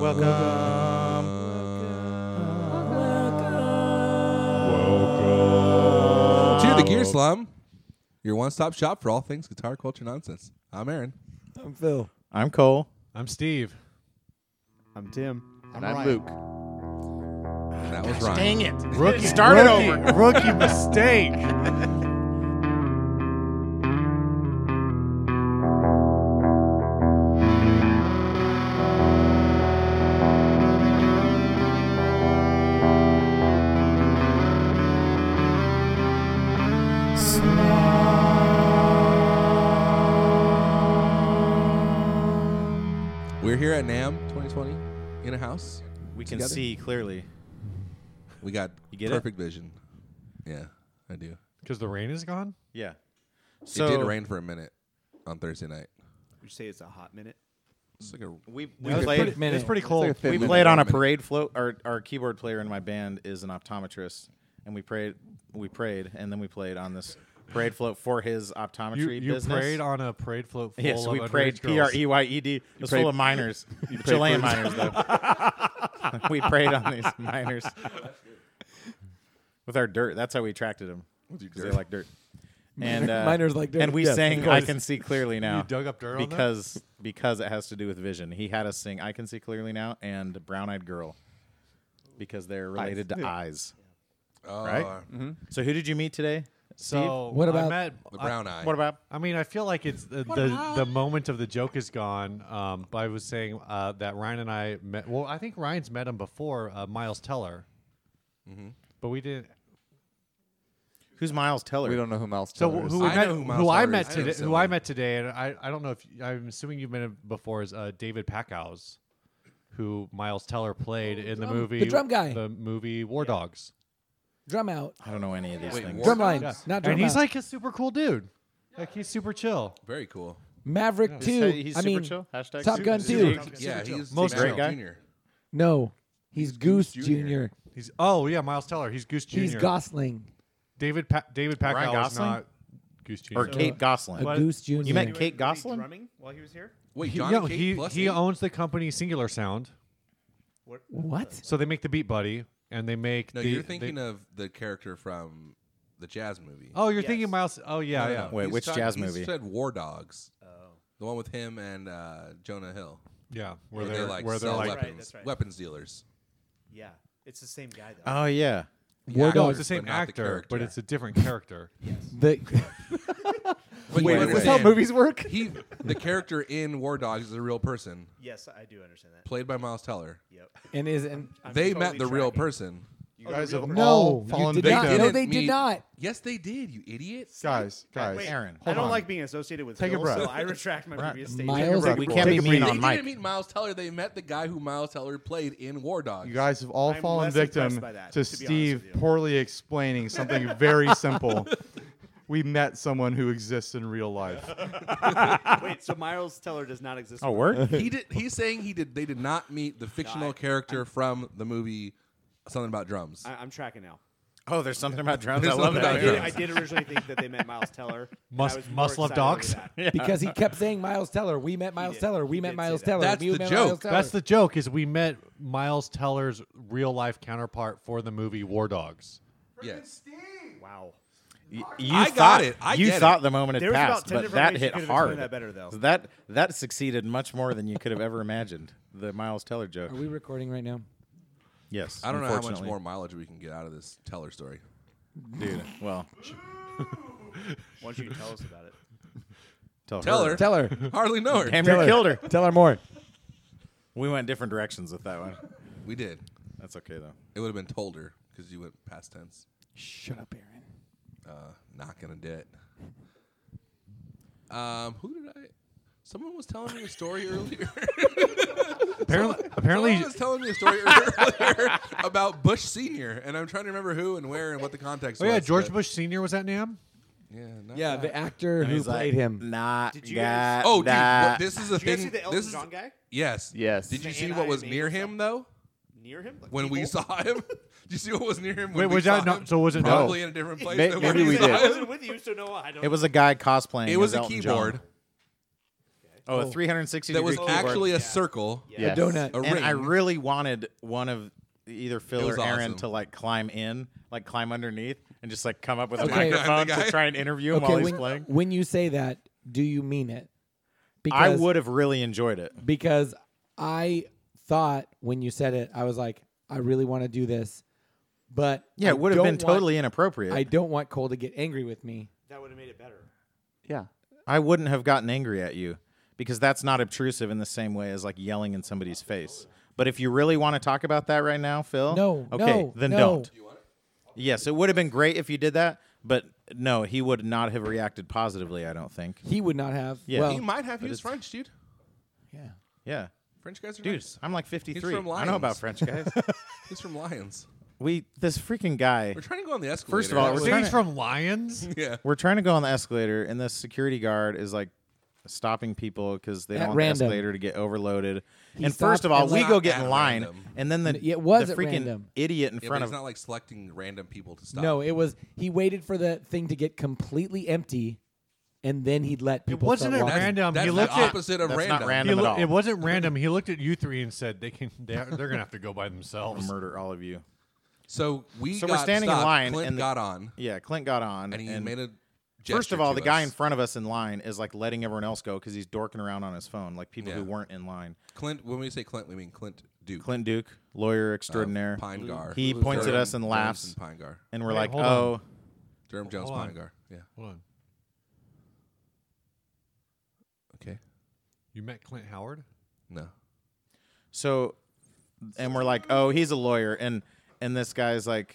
Welcome. Welcome. to the Gear Slum, your one-stop shop for all things guitar culture nonsense. I'm Aaron. I'm Phil. I'm Cole. I'm Steve. I'm Tim. And I'm Luke. And that was Ryan. Dang it. Rookie. Start it over. Rookie mistake. We're here at NAM 2020 in a house. We can together. see clearly. We got You get it? perfect vision. Yeah, I do. Because the rain is gone? Yeah. So it did rain for a minute on Thursday night. Would you say it's a hot minute? Mm. It's like a We, we It's played. pretty, it's pretty cold. like we a minute, played on a minute. parade float. Our our keyboard player in my band is an optometrist, and we prayed. We prayed, and then we played on this parade float for his optometry you you business. prayed on a parade float full Yes, of we prayed underage P R girls. E Y E D. It was prayed- full of minors, Chilean minors though. we prayed on these minors with our dirt. That's how we attracted them. They like dirt. And uh, Minors like dirt, And we yes, sang of "I course. Can See Clearly Now." dug up dirt on them? because because it has to do with vision. He had us sing "I Can See Clearly Now" and "Brown Eyed Girl" because they're related to eyes. Oh, Right? So who did you meet today? So What about- I met, the brown eye. What about? I mean, I feel like it's the the, the moment of the joke is gone. Um, but I was saying uh, that Ryan and I met. Well, I think Ryan's met him before, uh, Miles Teller. Mm-hmm. But we didn't. Who's Miles Teller? We don't know who Miles So Teller is. who we I met, know who who, Miles I Teller met is. I know today, who someone. I met today, and I, I don't know if you, I'm assuming you've met him before is uh, David Packhouse, who Miles Teller played in the movie, the Oh, drum guy. the movie War Dogs. drum out, I don't know any of these Wait, things. what? drum lines, not drum and he's out. like a super cool dude. Like he's super chill. Very cool. Maverick He's- two. he's I super mean, chill. Hashtag Top super- Gun two. Yeah, he's Most Mario great guy. Jr. No, he's Goose Jr.. Junior. He's oh yeah, Miles Teller. He's Goose Jr. He's Gosling. David pa- David Ryan Packhouse is Gosling? not Goose Jr. or Kate Gosling. A What? Goose Junior. You met Kate Gosling? drumming while he was here? Wait, He, John no, Cage he, plus he eight? owns the company Singular Sound, What? so they make the Beat Buddy, and they make. No, the, you're they- thinking of the character from the jazz movie. oh, you're thinking Yes. Miles. Oh yeah, No, yeah. Oh. no, no. Wait, He's which jazz he's movie? said War Dogs. The one with him and uh, Jonah Hill. Yeah, Where where they're, they like where they're sell like, weapons. Right, that's right. Weapons dealers. Yeah. It's the same guy Uh, though. Oh yeah. War I know it's Dogs. the same but not the actor, but character. it's a different character. The, But you Wait, is this how understand, movies work? He, the character in War Dogs is a real person, yes, I do understand that. played by Miles Teller. Yep. and is and I'm they totally met the real tracking. person. You guys have no, you did They not. No, didn't they did meet- not. Yes, they did. You idiot. guys, guys. Wait, Aaron, I hold don't on. like being associated with Take a Phil, so breath. I retract my previous statement. Miles. breath. We Take a can't be breath. mean They on didn't Mike. meet Miles Teller. They met the guy who Miles Teller played in War Dogs. You guys have all I'm fallen less victim impressed by that, to to be honest Steve with you. poorly explaining something very simple. We met someone who exists in real life. Wait, so Miles Teller does not exist. Oh, word. he did. He's saying he did. They did not meet the fictional character from the movie Something About Drums. I, I'm tracking now. Oh, there's something about drums. There's I love something I about that. did, drums. I did originally think that they met Miles Teller. and Must- I was more must love excited over dogs. that. because he kept saying Miles Teller. We met Miles did. Teller. We He met did Miles say that. Teller. That's we the met joke. Miles Teller. That's the joke. Is we met Miles Teller's real life counterpart for the movie War Dogs. yes. Wow. Y- You I thought, got it. I you get it. thought the moment There had was about passed, 10 but different that ways you hit could have hard. explained that better, though. So that that succeeded much more than you could have ever imagined. The Miles Teller joke. Are we recording right now? yes. I don't know how much unfortunately. more mileage we can get out of this Teller story. dude. Well, Why don't you tell us about it? tell, Teller, Tell her. hardly know her. Damn near killed her. Tell her more. We went different directions with that one. We did. That's okay though. It would have been told her because you went past tense. Shut up, Aaron. Uh, not gonna do it. Um, who did I? Someone was telling me a story earlier. Apparently, Someone apparently, was telling me a story earlier about Bush Senior, and I'm trying to remember who and where and what the context oh was. yeah, George but- Bush Senior was at Nam. Yeah. not Yeah, that. the actor And who he's like, played him. Nah. Did you guys- got Oh, dude, that. what- this is a Did you guys thing. see the Elton this is John guy yes, Yes. Did you The see what was anti-meme near stuff? him though? near him? Like When we people? saw him, did you see what was near him? Wait, when we was saw that not- him? so was it not- probably in a different place? May- than maybe when we saw did. I him? wasn't with you, so no, I don't. It was a guy cosplaying. It was as a Elton keyboard. John. Oh, a 360 That degree was keyboard. actually a circle. Yeah. Yes. A donut. A and I ring. really wanted one of either Phil was or Aaron awesome. to like climb in, like climb underneath, and just like come up with a Okay. microphone The guy- to try and interview him Okay, while he's when, playing. when you say that, do you mean it? I would have really enjoyed it. because I thought when you said it, I was like, I really want to do this, but Yeah, I it would have don't been want- totally inappropriate. I I, don't want Cole to get angry with me. That would have made it better. Yeah. wouldn't have gotten angry at you because that's not obtrusive in the same way as like yelling in somebody's face. But if you really want to talk about that right now, Phil, No, okay, no, then no. don't. Yes, it would have been great if you did that, but no, he would not have reacted positively. I don't think. He would not have. Yeah. well, He might have used French, dude. yeah. Yeah, French guys are dude, nice. I'm like 53. from I know about Lions. French guys. He's from Lions. we this freaking guy. We're trying to go on the escalator. First of all, That we're was- trying Things to- from Lions. yeah. We're trying to go on the escalator, and the security guard is like stopping people because they At don't want random. the escalator to get overloaded. and stopped first of all, and we left. go get At in line, random. and then the, It was the at freaking random. idiot in Yeah, but front it's of not like selecting random people to stop. No, it was he waited for the thing to get completely empty, and then he'd let people. wasn't start a walking. that's, Random, That's he the looked at- opposite of that's random. not He Random at loo- all. it wasn't random. He looked at you three and said, "They can. They're, they're gonna have to go by themselves." murder all of you. So we So got we're standing in stopped. line, Clint and the- got on, Yeah, Clint got on, and he made a. First gesture of all, to the guy us. in front of us in line is like letting everyone else go because he's dorking around on his phone, like people who Yeah. weren't in line. Clint. When we say Clint, we mean Clint Duke. Clint Duke, lawyer of extraordinaire, Pinegar. He points at us and Durham laughs. Jones and Pinegar. and we're Wait, like, hold "Oh, Durham Jones Hold on. Pinegar. Yeah. Hold on. Okay. You met Clint Howard? No. So, and we're like, oh, he's a lawyer, and and this guy's like,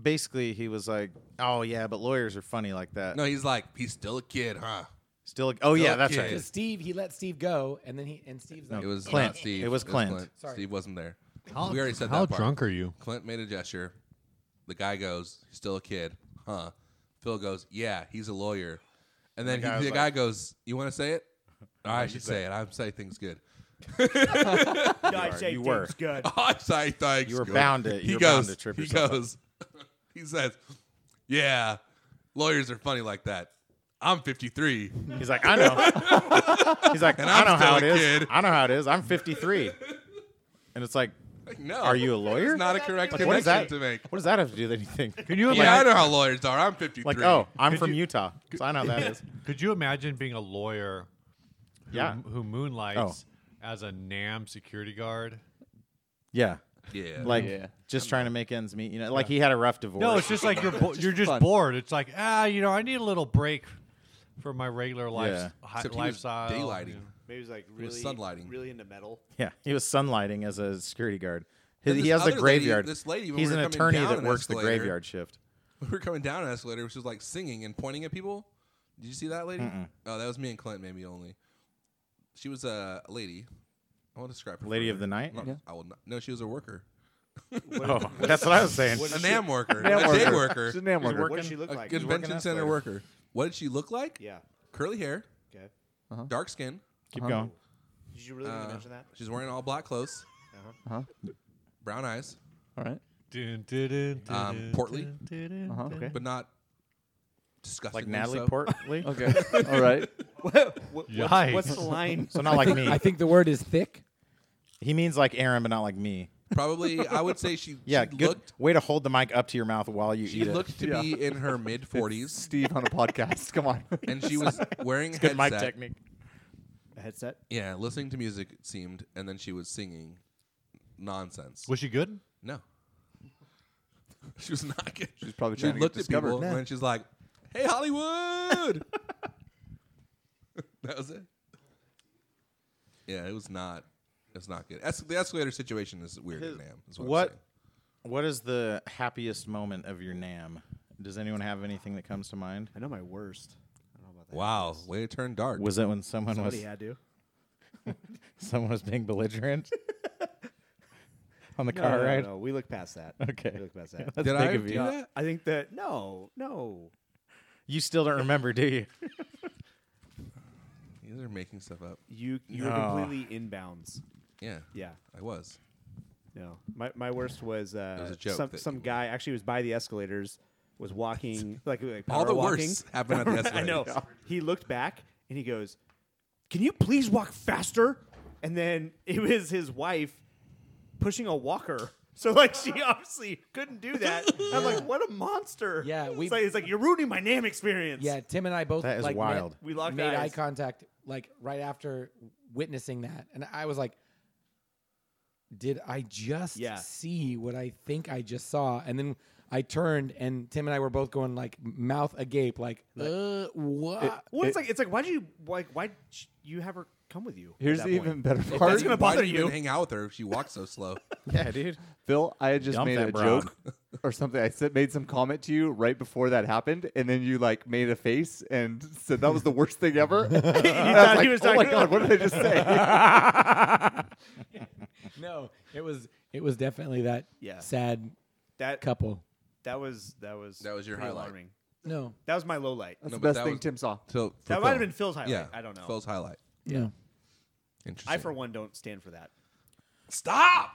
basically, he was like, oh yeah, but lawyers are funny like that. No, he's like he's still a kid, huh? Still, oh yeah, that's Okay. right. Because Steve, he let Steve go, and then he and Steve's like, It was Clint. not Steve. It was Clint. Sorry. Steve wasn't there. How, we already said how that part. drunk are you? Clint made a gesture. The guy goes, "He's still a kid, huh?" Phil goes, "Yeah, he's a lawyer." And then he- the, guy, was like- goes, "You want to say it? I should say it. I'm say things good. I say you you were. good. I say things. You were good." bound to- He you were goes. bound to trip he yourself up. goes. he says, "Yeah, lawyers are funny like that." I'm 53. He's like, I know. he's like, I I'm know how it still a is. kid." I know how it is. I'm 53, and it's like, Like, no, are you a lawyer? It's not a correct Like, connection what is that to make. What does that have to do with anything? Can you Yeah, I imagine? know how lawyers are. I'm 53. Like, oh, I'm Could from you- Utah, so I know how that is. Could you imagine being a lawyer who, Yeah, who moonlights as a NAM security guard? yeah. yeah. Like, Yeah. just trying to make ends meet. You know, like he had a rough divorce. No, it's just like you're bo- you're just fun. bored. It's like ah, you know, I need a little break from my regular life Yeah. hi- Except he was lifestyle. daylighting. Maybe he's like was really sunlighting. really into metal. Yeah, he was sunlighting as a security guard. And He this has the other lady- graveyard. this lady, when He's we an were coming attorney down that an works the escalator- graveyard shift. we were coming down an escalator, which was like singing and pointing at people. Did you see that lady? Oh, that was me and Clint, maybe only. She was a lady. I want to describe her. Lady further. of the night? No, I will not. No, she was a worker, Oh, that's what I was saying. a NAM worker, Nam a day worker. worker, She's a Nam worker. What does she look a like? convention center escalator. worker. What did she look like? Yeah. Curly hair, Okay. dark skin. Keep going. Did you Uh, really want to mention that? She's wearing all black clothes, Uh-huh. brown eyes, All right. Dun, dun, dun, dun, Um, dun, portly. dun, dun, dun, Uh-huh. dun. Okay. but not disgusting. Like Natalie so. Portley? Okay. All right. What- Yikes. what's, what's the line? So not like I me. think the word is thick. He means like Aaron, but not like me. Probably, I would say she. Yeah, she good looked. way to hold the mic up to your mouth while you She eat looked to Yeah. be in her mid forties, Steve on a podcast. Come on. and she was wearing it. Good mic headset. technique. A headset. Yeah, listening to music it seemed, and then she was singing nonsense. Was she good? no, she was not good. She's probably she trying to get looked at discovered. people Yeah. and then she's like, "Hey, Hollywood!" that was it. Yeah, it was not. It's not good. Es- the escalator situation is weird. in Nam, is what? I'm What saying. what is the happiest moment of your NAM? Does anyone have anything that comes to mind? I know my worst. I don't know about that. Wow, way to turn dark. Was it when someone Somebody was had to. someone was being belligerent on the No, car no, ride? no, we look past that. Okay. We look past that. Uh, Did big I of do you. that? I think that no, no. You still don't remember, do you? These are making stuff up. You you were No. completely inbounds. Yeah, Yeah. I was. No. My my worst was uh was a joke some that some you- guy actually was by the escalators, was walking like, like All power the walking. worst happened at the I escalator. know. He looked back and he goes, "Can you please walk faster?" And then it was his wife pushing a walker. So like she obviously couldn't do that. I'm like, what a monster! Yeah, we- it's like, it's like you're ruining my NAM experience. Yeah, Tim and I both That is like, wild. Made, We locked made eye eyes. contact like right after witnessing that, and I was like, "Did I just Yeah. see what I think I just saw?" And then I turned, and Tim and I were both going like mouth agape, like, "Uh, what?" Well, it's like it's like why do you like why you have her come with you? at Here's that the point? even better Why part. That's gonna do bother you. you. even hang out with her if she walks so slow. Yeah, dude. Phil, I had just Dump made that a broad. joke or something. I said, made some comment to you right before that happened, and then you like made a face and said that was the worst thing ever. And I thought was he like, was oh my talking- god, what did I just say? no, it was it was definitely that Yeah. sad that couple. that was that was That was your pretty highlight. alarming. No, That was my low light. That's No, the but best that thing was- Tim saw. So for That might have Phil. been Phil's highlight. Yeah, I don't know. Phil's highlight. no. Interesting. I for one don't stand for that. Stop.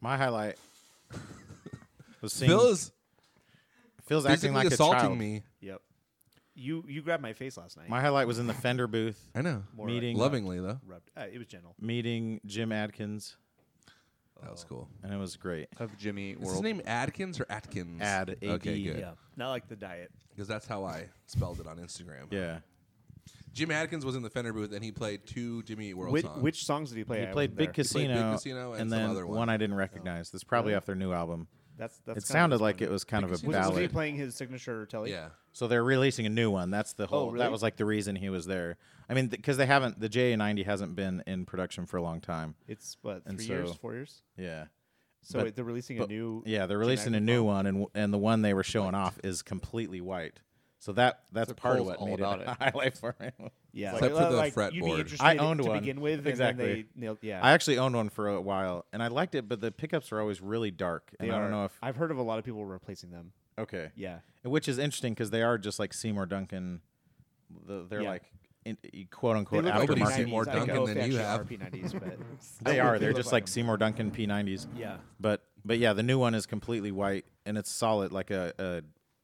My highlight was seeing Phil is Phil's acting basically like a assaulting child. me. Yep. You you grabbed my face last night. My highlight was in the fender booth I know. More meeting Lovingly though, rubbed. Uh, it was gentle. meeting Jim Adkins, Oh. that was cool. and it was great. Of Jimmy Is his World. name Adkins or Atkins? Ad, A-D. Okay, good. Yeah. Not like the diet. Because that's how I spelled it on Instagram. Yeah, Jim Adkins was in the Fender booth and he played two Jimmy Eat World Which, songs. which songs did he play? he I played wasn't Big there. Casino, Big Casino and some then other one. one I didn't recognize. That's probably off their new album. That's that's. It kinda sounded what's like going it was kind of a Casino. on. Was, was he ballad. playing his signature telly? yeah. So they're releasing a new one. That's the whole. really? That was like the reason he was there. I mean, because they haven't. The J90 hasn't been in production for a long time. It's what three And years, so- four years. Yeah. So But- it- they're releasing a but- new. Yeah, they're Jim releasing a Adkins new album. one, and and the one they were showing off is completely white. So that that's So part of Cole's what all made about it it. a highlight for him. Yeah. Except like, for the like, You'd fretboard. be interested I in- owned to one. begin with. And Exactly. then they nailed, yeah. I actually owned one for a while, and I liked it, but the pickups were always really dark, and They I are- don't know if I've heard of a lot of people replacing them. okay, Yeah. which is interesting because they are just like Seymour Duncan. The, they're Yeah. like in, e, quote unquote they look like aftermarket. pretty like Seymour P90s. I don't Duncan know if than they you actually have. are P90s, but They look- are. They're look just like, them. Seymour Duncan P90s. Yeah. But but yeah, the new one is completely white and it's solid, like a,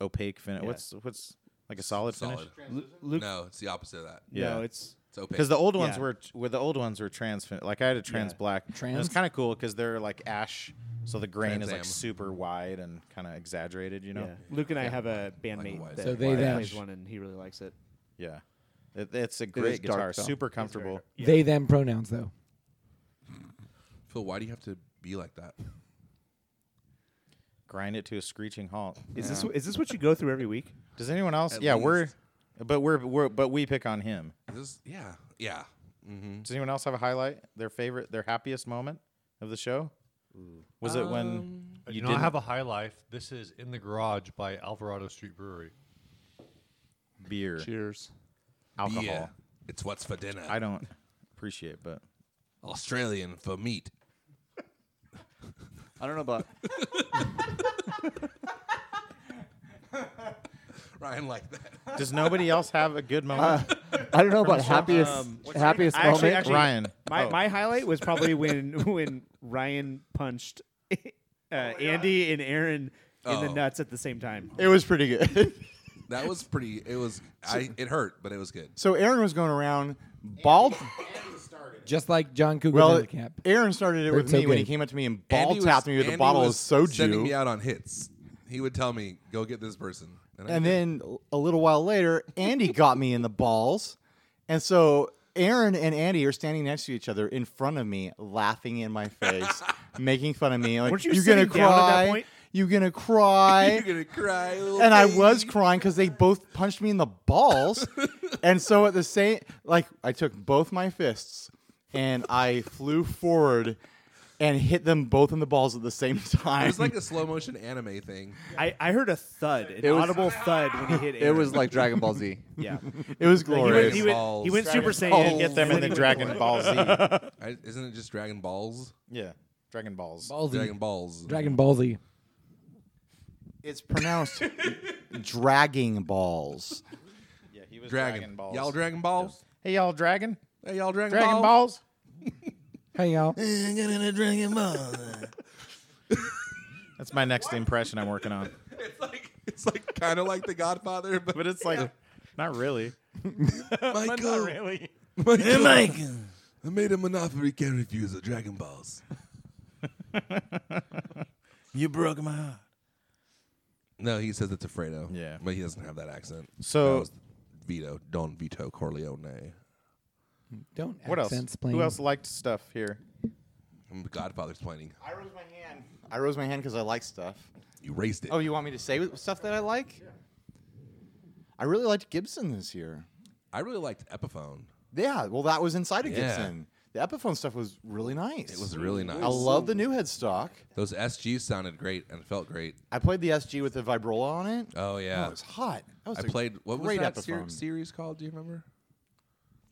a opaque finish. Yeah. What's what's like a solid, Solid. finish? Lu- Luke. No, it's the opposite of that. Yeah. No, it's It's opaque. Because the old ones Yeah. were were the old ones were trans. Fin- like I had a trans Yeah. black. and It was Trans? kind of cool because they're like ash, so the grain is Trans am. like super wide and kind of exaggerated. You know. Yeah. Luke and I have a bandmate Likewise. that So they plays them. one, and he really likes it. Yeah. It, it's a is great dark, guitar, though. super comfortable. They them pronouns though. Phil, why do you have to be like that? Grind it to a screeching halt. Is this is this what you go through every week? Does anyone else? At yeah, we're, least. but we're, we're but we pick on him. Is this yeah. Yeah. Mm-hmm. Does anyone else have a highlight? Their favorite, their happiest moment of the show? Was it when You, you don't didn't have a high life. This is in the garage by Alvarado Street Brewery. beer, Cheers. alcohol? Yeah. uh, It's what's for dinner. I don't appreciate, but Australian for meat. I don't know about Ryan like that. does nobody else have a good moment? I don't know about happiest happiest Actually- moment. actually- Ryan, My Oh, my highlight was probably when when Ryan punched uh, Andy and Aaron in the Oh. nuts at the same time. It was pretty good. That was pretty it was I it hurt, but it was good. so Aaron was going around bald. Just like John Cougar Well, Mellencamp. Aaron started it with so me when he good. came up to me and Andy ball was- tapped me with a Andy bottle of was Sending me soju. out on hits. He would tell me, "Go get this person," I And did. then a little while later, Andy got me in the balls. And so Aaron and Andy are standing next to each other in front of me, laughing in my face, making fun of me. Like, Weren't you are gonna sitting down at that cry. point?" You're gonna cry. you're gonna cry, little and I baby." was crying because they both punched me in the balls. and so at the same, like I took both my fists and I flew forward and hit them both in the balls at the same time. It was like a slow motion anime thing. I, I heard a thud, an It was- audible thud when he hit Aaron. It was like Dragon Ball Z. yeah. it was Like, he, went, glorious. he, went, Balls. he went Super oh, Saiyan. get them in the Then he Dragon Ball Z. I, isn't it just Dragon Balls? Yeah, Dragon Balls. Ballsy. Dragon Dragon, Balls. Ball Z. it's pronounced dragging balls. Yeah, he was Dragon. Y'all Dragon Balls? Hey, y'all, Dragon. Hey, y'all Dragon, Dragon Balls. Hey y'all. That's my next impression I'm working on. It's like it's like kind of like The Godfather, but, But it's like, not really. Michael, I made a Monopoly can refuse of Dragon Balls. You broke my heart. No, he says it's a Fredo. Yeah. But he doesn't have that accent. So- That was Vito, Don Vito Corleone. Don't What else? accents playing. Who else liked stuff here? I'm Godfather's planning. I rose my hand. I rose my hand because I like stuff. You raised it. Oh, you want me to say what- stuff that I like? I really liked Gibson this year. I really liked Epiphone. Yeah, well, that was inside of Yeah. Gibson. The Epiphone stuff was really nice. It was really nice. I love the new headstock. Those SGs sounded great and felt great. I played the SG with the vibrola on it. Oh yeah. it was hot. That was I a played what was great that ser- Epiphone. series called? Do you remember?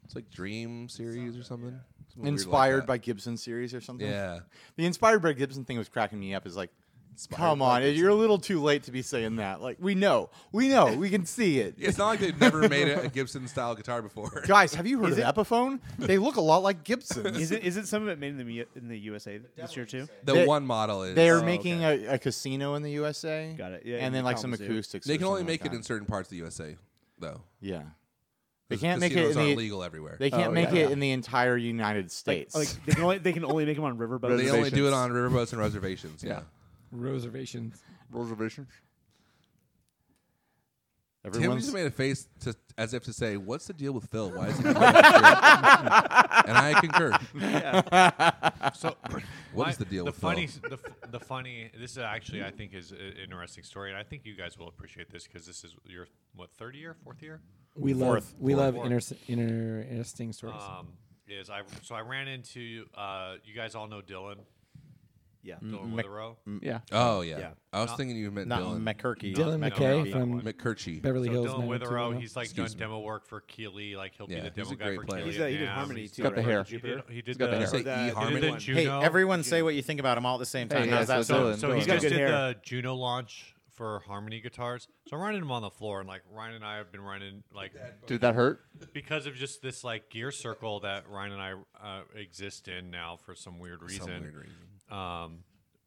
It's like Dream series or something. Something weird like inspired that. by Gibson series or something. Yeah. The inspired by Gibson thing was cracking me up. Is like, Inspired come by on, Gibson. you're a little too late to be saying that. Like, we know, we know, we can see it. It's not like they've never made a, a Gibson style guitar before. Guys, have you heard Is of it- Epiphone? They look a lot like Gibson. Is it is it some of it made in the mu- in the USA this year too? The They- one model is They're Oh, making a, a casino in the USA. Got it. Yeah, in and then like some Kalamazoo. acoustics. they or can only something make like it in that. certain parts of the USA though. Yeah, they Those can't make it casinos in the aren't legal everywhere. They can't Oh, make yeah. it in the entire United States. Like they can only they can only make them on riverboats. They only do it on riverboats and reservations. Yeah. reservations? Reservations. Tim Everyone's just made a face to, as if to say, "What's the deal with Phil? Why is he?" doing that?" and I concur. So, What my- is the deal The with funny, Phil? the, f- the funny. This is actually, I think, is an interesting story, and I think you guys will appreciate this because this is your what third year, fourth year. We Fourth. love we love Fourth. inter- inter- interesting stories. Um, is I so I ran into uh, you guys all know Dylan. Yeah. Mm, Dylan Witherow. yeah, Oh yeah. Yeah. I was thinking you meant Not Dylan McCurkey. Dylan no, McKay no, from no. McKerchie. Beverly So Hills. Dylan 90210. Witherow, he's like Excuse done me. demo work for Keeley. Like he'll Yeah, be the he's demo a guy great for player. Keeley. He's, uh, he did now. harmony He's too. got the right? hair. He did, he did got the the- hair. Did I say That- E Hey, he did Harmony? the Hey, Juno. everyone say what you think about him all at the same Hey, time. yeah, How's that so sound? Dylan- So he Dylan's just got did good hair. the Juno launch for Harmony guitars. So I'm running him on the floor, and like Ryan and I have been running like Did that hurt? because of just this like gear circle that Ryan and I uh, exist in now for some weird reason. Some weird reason. Um,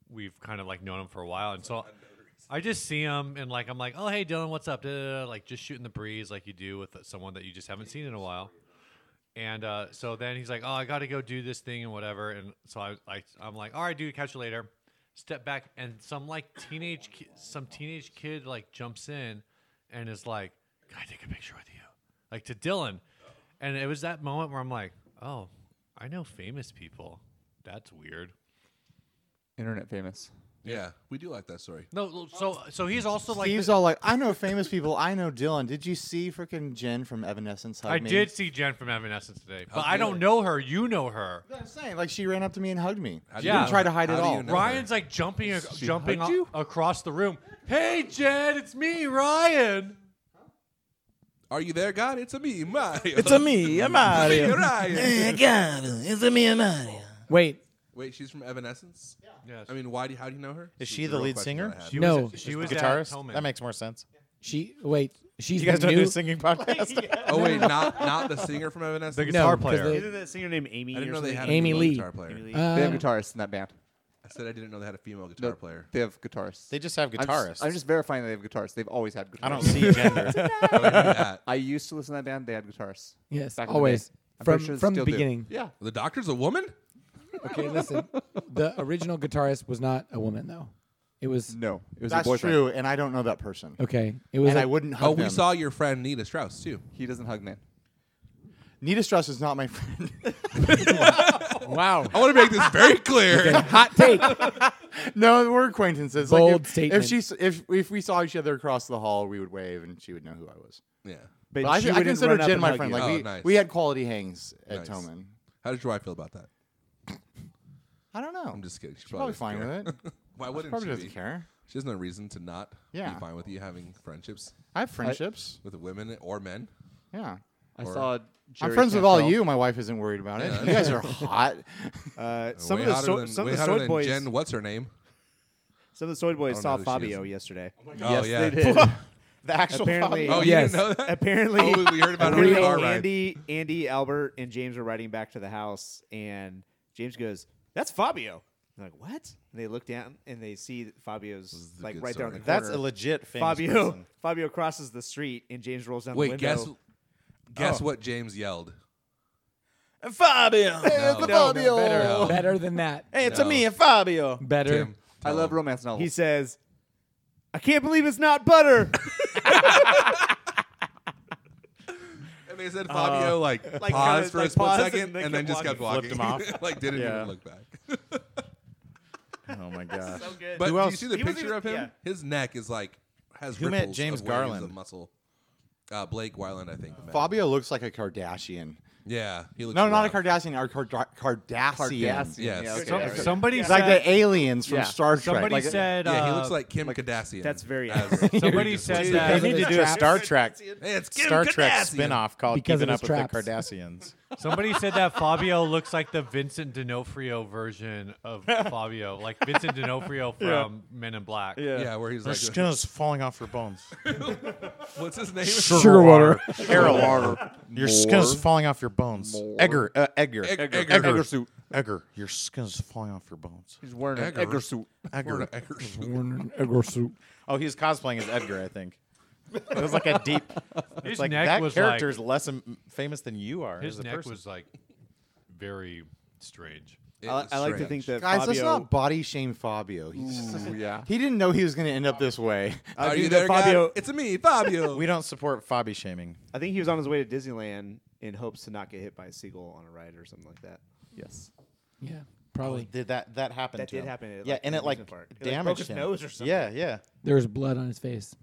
we've kind of like known him for a while, and so I just see him and like I'm like, oh hey Dylan, what's up? Da, da, da, like just shooting the breeze like you do with someone that you just haven't seen in a while. And uh, so then he's like, "Oh, I got to go do this thing and whatever." And so I, I, I'm like, "All right, dude, catch you later." Step back, and some like teenage, ki- some teenage kid like jumps in, and is like, "Can I take a picture with you?" Like to Dylan, and it was that moment where I'm like, "Oh, I know famous people. That's weird." Internet famous. Yeah, we do like that story. No, so so he's also like, Steve's all like, I know famous people. I know Dylan. Did you see freaking Jen from Evanescence? Hug I me? Oh, did see Jen from Evanescence today, but I good. don't know her. You know her. That's what I'm saying. Like she ran up to me and hugged me. How do She you didn't know- try to hide how it do you all. know? Ryan's like jumping, ac- jumping hugged a- you? across the room. Hey, Jed, it's me, Ryan. Are you there, God? It's a me, Mario. It's a me, a Mario. Ryan. God, it's a me, a Mario. Wait, Wait, she's from Evanescence. Yeah. Yes. I mean, why do you, how do you know her? Is She's she the real lead question singer? that I had. She No. was a, she was the at guitarist. Hillman. That makes more sense. she wait. She's You guys the don't new, do a singing podcast. oh wait, not not the singer from Evanescence. the No, guitar 'cause player. the- Isn't that singer named Amy? I didn't or know they something? had Amy a female Lee. guitar player. Amy Lee. Uh, They have guitarists in that band. I said I didn't know they had a female guitar No, player. They have guitarists. they just have I'm just- guitarists. I'm just verifying that they have guitarists. They've always had guitarists. I don't see gender. I knew that. I used to listen to that band. They had guitarists. yes, Back in the day. always I'm from pretty sure they from the still do. beginning. Yeah. The doctor's a woman. Okay, listen. The original guitarist was not a woman though. It was No, it was That's a boyfriend. true, and I don't know that person. okay. It was And a- I wouldn't hug Oh, we them. saw your friend Nita Strauss too. He doesn't hug men. Nita Strauss is not my friend. Wow. I want to make this very clear. Hot take. no, we're acquaintances. Bold like if, statement. If she, s- if if we saw each other across the hall, we would wave, and she would know who I was. yeah. But I, she I wouldn't consider run up Jen and my hug friend. you. Like Oh, we, nice. we had quality hangs at Nice. Toman. How did your wife feel about that? I don't know. I'm just kidding. She's probably probably, fine doesn't with care. it. Why wouldn't Probably she doesn't be? care. She has no reason to not Yeah. be fine with you having friendships I have friendships. with women or men. yeah. I Or- saw. Jerry I'm friends with all Cantrell. you. My wife isn't worried about it. You guys are hot. Uh, some way of the hotter so- than, some way of the hotter soy than boys Jen, what's her name? some of the soy boys don't saw know who she Fabio is. yesterday. oh yeah. the actual Apparently, Oh, you Yes. didn't know that? apparently, Oh, we heard about her apparently car ride. Andy, Andy, Albert, and James were riding back to the house, and James goes, "That's Fabio." I'm like, "What?" And they look down and they see that Fabio's is a like good right there on the story. corner. That's a legit famous Fabio. person. Fabio crosses the street, and James rolls down Wait, the window. guess guess what James yelled? Fabio. Hey, No. No, no, Fabio. better, better than that. it's No. a me, a Fabio. Better. Tim, I love romance novels. He says, "I can't believe it's not butter." and they said Fabio like, Uh, like, paused kinda, for a like, split paused second and then and then kept just kept walking. walking. Flipped him like didn't Yeah. even look back. Oh my gosh. good. But Who do you else? see the He was picture even- of him? yeah. His neck is like has Who met ripples James of waves Garland? of muscle. Uh, Blake Wyland, I think. met. Fabio looks like a Kardashian. Yeah, he looks. No, not a rough. Kardashian. A Kardashian. Kardashian. Yeah, Yes. okay, Some- yeah, okay. Somebody It's said. like the aliens from Yeah. Star Trek. somebody Like, said. Yeah, he uh, looks like Kim Kardashian. that's very as- accurate. Somebody said Dude, that. They need to do a Star Trek Hey, it's Kim Star Kardashian. Trek spinoff called Because of Keeping Up his with traps. the Kardashians. Somebody said that Fabio looks like the Vincent D'Onofrio version of Fabio, like Vincent D'Onofrio from Men in Black. Yeah, where he's Her like, skin is falling off your bones. what's his name? Sugar water. Carol Your skin is falling off your bones. More. Egger, uh, Edgar. Egg- Egger. Egger. Egger. Egger suit. Egger. Your skin is falling off your bones. He's wearing an Egger. Egger suit. Egger. Edgar soup. Oh, he's cosplaying as Edgar, I think. It was like a deep. His It's like neck that was character like is less am- famous than you are. his as a neck person. was like very strange. I, I like to think that Guys, Fabio. let's not body shame Fabio. He's just- Ooh, yeah. he didn't know he was going to end up this way. I Are think you that there, Fabio? Fabio? It's me, Fabio. We don't support Fabi shaming. I think he was on his way to Disneyland in hopes to not get hit by a seagull on a ride or something like that. Yes. Yeah, Oh, probably. Did that that happen? That to did him. happen at, yeah, like, and the it like amusement park. It, like, broke damaged his him. nose or something. Yeah, yeah. There was blood on his face.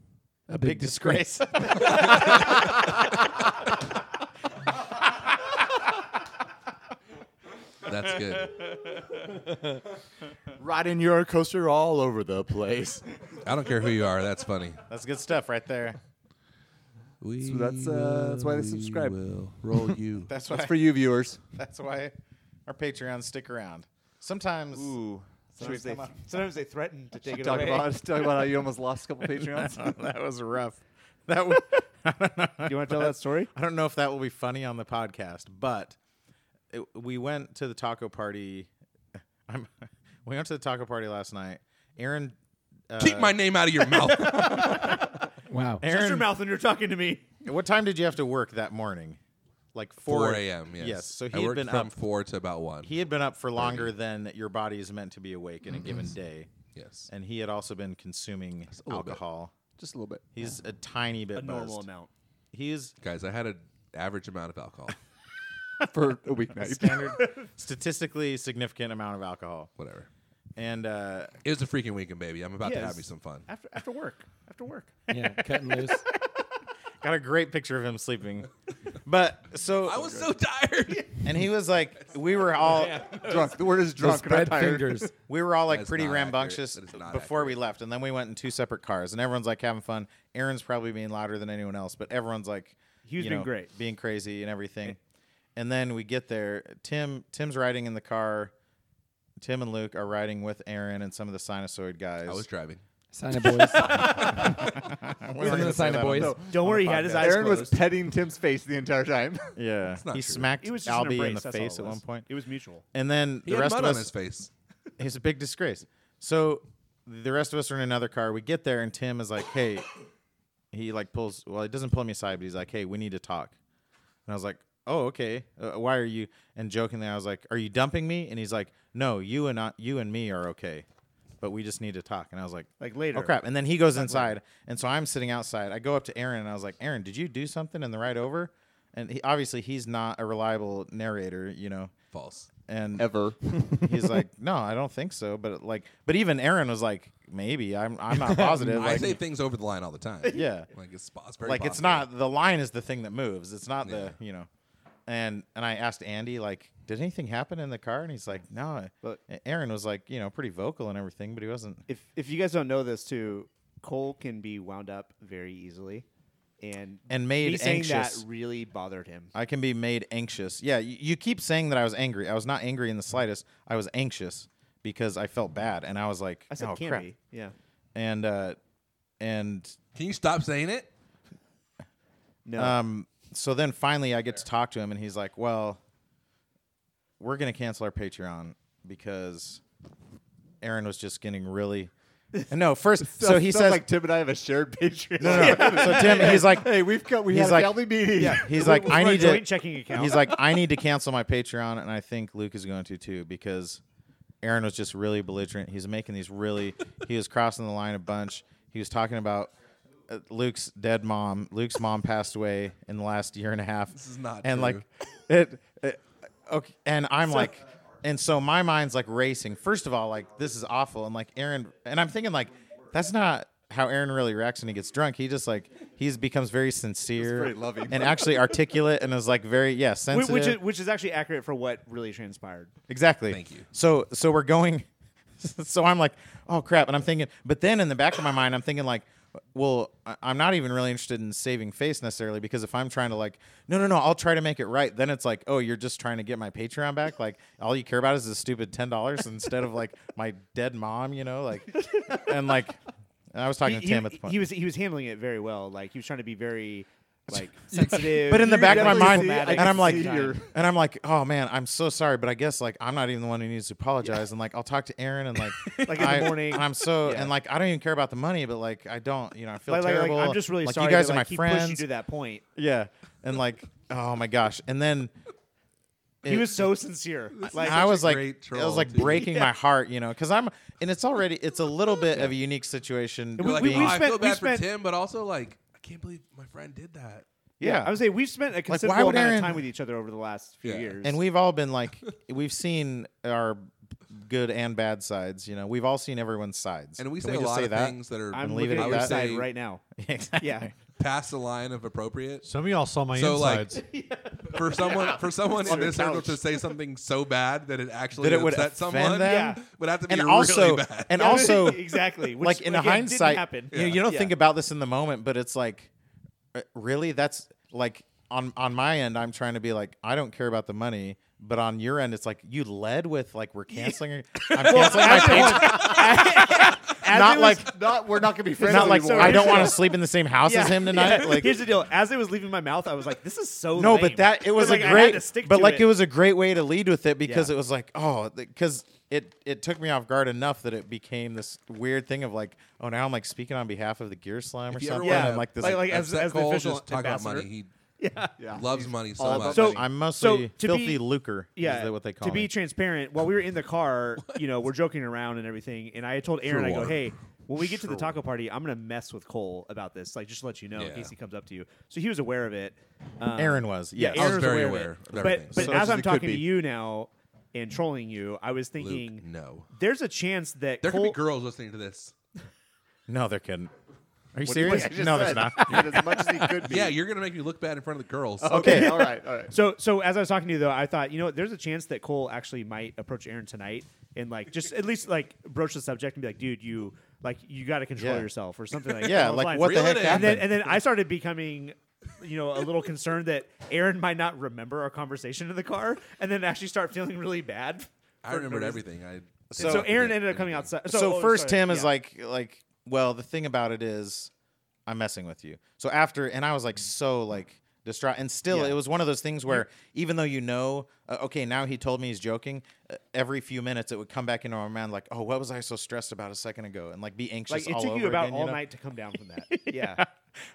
A, Big disgrace. That's good. Riding your coaster all over the place. I don't care who you are. That's funny. That's good stuff right there. We So that's, uh, that's why they subscribe. will roll you. That's why. That's for you, viewers. That's why our Patreons stick around. Sometimes Ooh. Sometimes Should we they, come up? sometimes they threaten to take it Talk away. about, talk about how you almost lost a couple Patreons. that was rough. That was, Do you want to tell that story? I don't know if that will be funny on the podcast, but it, we went to the taco party. I'm, we went to the taco party last night. Aaron, uh, Keep my name out of your mouth. Wow. Aaron, mouth when you're talking to me. what time did you have to work that morning? Like four, 4 a.m. Yes. Yes. So I he had worked been from up. four to about one. He had been up for longer than your body is meant to be awake Mm-hmm. in a given day, yes. and he had also been consuming a little bit. alcohol. Just a little bit. He's a tiny bit A normal buzzed. amount. He is Guys, I had an average amount of alcohol. For a weeknight. standard, statistically significant amount of alcohol. Whatever. And uh, It was a freaking weekend, baby. I'm about to Yes. have me some fun. After after work. After work. Yeah, cutting loose. got a great picture of him sleeping. But so, I was so tired. and he was like, we were all, drunk. The word is Those drunk. spread not tired. fingers. we were all like That's pretty not accurate. rambunctious That is not before we left. And then we went in two separate cars, and everyone's like having fun. Aaron's probably being louder than anyone else, but everyone's like, He was you being know, great. being crazy and everything. And then we get there. Tim, Tim's riding in the car. Tim and Luke are riding with Aaron and some of the sinusoid guys. I was driving. Sign of boys. We Isn't weren't it gonna a say sign of that on boys? the- Don't worry, he had his eyes Aaron was closed. petting Tim's face the entire time. Yeah, not he true. smacked It was just an Albie in embrace, the that's face at all it one was. point, It was mutual. and then He the had rest mud of on his us. face. It's a big disgrace. So the rest of us are in another car. We get there, and Tim is like, "Hey," he like pulls. Well, he doesn't pull me aside, but he's like, "Hey, we need to talk." And I was like, "Oh, okay. Uh, why are you?" And jokingly, I was like, "Are you dumping me?" And he's like, "No, you and I, you and me are okay, but we just need to talk." And I was like, Like later. Oh crap! And then he goes inside, and so I'm sitting outside. I go up to Aaron, and I was like, "Aaron, did you do something in the ride over?" And he, obviously, he's not a reliable narrator, you know. False. And Ever. he's like, "No, I don't think so." But like, but even Aaron was like, "Maybe I'm. I'm not positive." I like, say things over the line all the time. Yeah. Like it's, it's very like it's possible. not the line is the thing that moves. It's not Yeah. the you know. And and I asked Andy like, "Did anything happen in the car?" And he's like, "No." But- A- Aaron was like, you know, pretty vocal and everything, but he wasn't. If if you guys don't know this too, Cole can be wound up very easily. And And made me saying anxious. that really bothered him. I can be made anxious. Yeah, you, you keep saying that I was angry. I was not angry in the slightest. I was anxious because I felt bad, and I was like, I said "Oh can crap!" be. Yeah. And uh, and Can you stop saying it? No. um, so then finally I get to talk to him, and he's like, "Well, we're gonna cancel our Patreon because Aaron was just getting really." No, first, so he Sounds says, like Tim and I have a shared Patreon. no, no, no. so Tim, he's like, hey, we've got we He's had a like- family meeting. yeah, he's like, I We're a need joint to, checking account. he's like, I need to cancel my Patreon, and I think Luke is going to too because Aaron was just really belligerent. He's making these really, he was crossing the line a bunch. He was talking about uh, Luke's dead mom. Luke's mom passed away in the last year and a half. This is not and true. like it, it- okay, and I'm like, and so my mind's like racing. First of all, like this is awful, and like Aaron, and I'm thinking like that's not. How Aaron really reacts when he gets drunk, he just like he's becomes very sincere very loving. and actually articulate and is like very yeah Wh- sensitive. which is, which is actually accurate for what really transpired. Exactly. Thank you. So so we're going. So I'm like, oh crap, and I'm thinking. But then in the back of my mind, I'm thinking like, well, I- I'm not even really interested in saving face necessarily because if I'm trying to like, no, no, no, I'll try to make it right. Then it's like, oh, you're just trying to get my Patreon back. Like all you care about is the stupid ten dollars instead of like my dead mom, you know, like, and like, and I was talking to He, Tim at the he- point. he was he was handling it very well. Like he was trying to be very like sensitive. but in the You're back of my definitely mind, diplomatic and I'm like, at the same time. and I'm like, oh man, I'm so sorry, but I guess like I'm not even the one who needs to apologize, and like I'll talk to Aaron, and like, Like, in the I- morning. and I'm so, Yeah. and like I don't even care about the money, but like I don't, you know, I feel like, like, like, terrible. I'm just really like, sorry. You guys that, are my like, he pushed you friends, to that point. yeah, and like, oh my gosh, and then he it- was so sincere. Like I was a like, great it troll, was like dude. breaking my heart, you know, because I'm, and it's already, it's a little bit of a unique situation. And You're like, we- "Oh, we I spent- feel we bad for spent- Tim, but also like, I can't believe my friend did that. yeah, I would say we've spent a considerable would amount Aaron- of time with each other over the last few Yeah. years. And we've all been like, we've seen our good and bad sides. You know, we've all seen everyone's sides. And we Can say a just lot say of that? things that are I'm and leave looking it at at your that. side Say- right now. exactly. Yeah. past the line of appropriate. Some of y'all saw my So, like- insides. for someone for someone in your this circle couch. to say something so bad that it actually That it would upset offend someone them? Yeah. would have to be And really also, bad. and Yeah, also, exactly. Which, like in again, didn't hindsight, happen. you, know, you don't Yeah. think about this in the moment, but it's like, uh, really, that's like on on my end, I'm trying to be like, I don't care about the money. But on your end, it's like you led with like we're canceling. I'm canceling my paycheck. Not it was- like not we're not gonna be friends not like anymore. I don't want to sleep in the same house Yeah, as him tonight. yeah. Like here's the deal. As it was leaving my mouth, I was like, "This is so." No, lame. but that it was like, a I had great, to stick but to like it. it. was a great way to lead with it because Yeah. it was like, oh, because it it took me off guard enough that it became this weird thing of like, oh, now I'm like speaking on behalf of the Gear Slam or If you ever something. wanna and like this, like, like as, upset as the Cole, official just talk about ambassador. money. He Yeah. loves money so all much. about So- I'm mostly to filthy be- lucre. yeah, is what they call to be me. transparent, while we were in the car, you know, we're joking around and everything, and I had told Aaron, I go, Sure. "Hey, when we get to the taco party, I'm gonna mess with Cole about this, like just to let you know in Yeah. case he comes up to you." So he was aware of it. Um, Aaron was, yes. I was Aaron's very aware aware of of but everything. but So as as I'm it could talking to be. you now and trolling you, I was thinking, Luke, no. there's a chance that There could be Cole, girls listening to this. no, there couldn't. Are you What serious? I just No, there's said. not. He did as much as he could be. Yeah, you're gonna make me look bad in front of the girls. Okay. all right. All right. So, so as I was talking to you though, I thought, you know, what, there's a chance that Cole actually might approach Aaron tonight and like just at least like broach the subject and be like, dude, you like you got to control Yeah. yourself or something like Yeah, along like those what the Reel it heck in. And happened? then and then I started becoming. You know, a little concerned that Aaron might not remember our conversation in the car, and then actually start feeling really bad. I remembered everything. I So, Aaron ended up coming outside. So, so, oh, first sorry, Tim is yeah. like like well the thing about it is I'm messing with you. So after and I was like so like distraught and still Yeah. it was one of those things where even though you know uh, okay now he told me he's joking uh, every few minutes it would come back into my mind like oh what was I so stressed about a second ago and like be anxious like it all took over you about again, all you know? night to come down from that. yeah.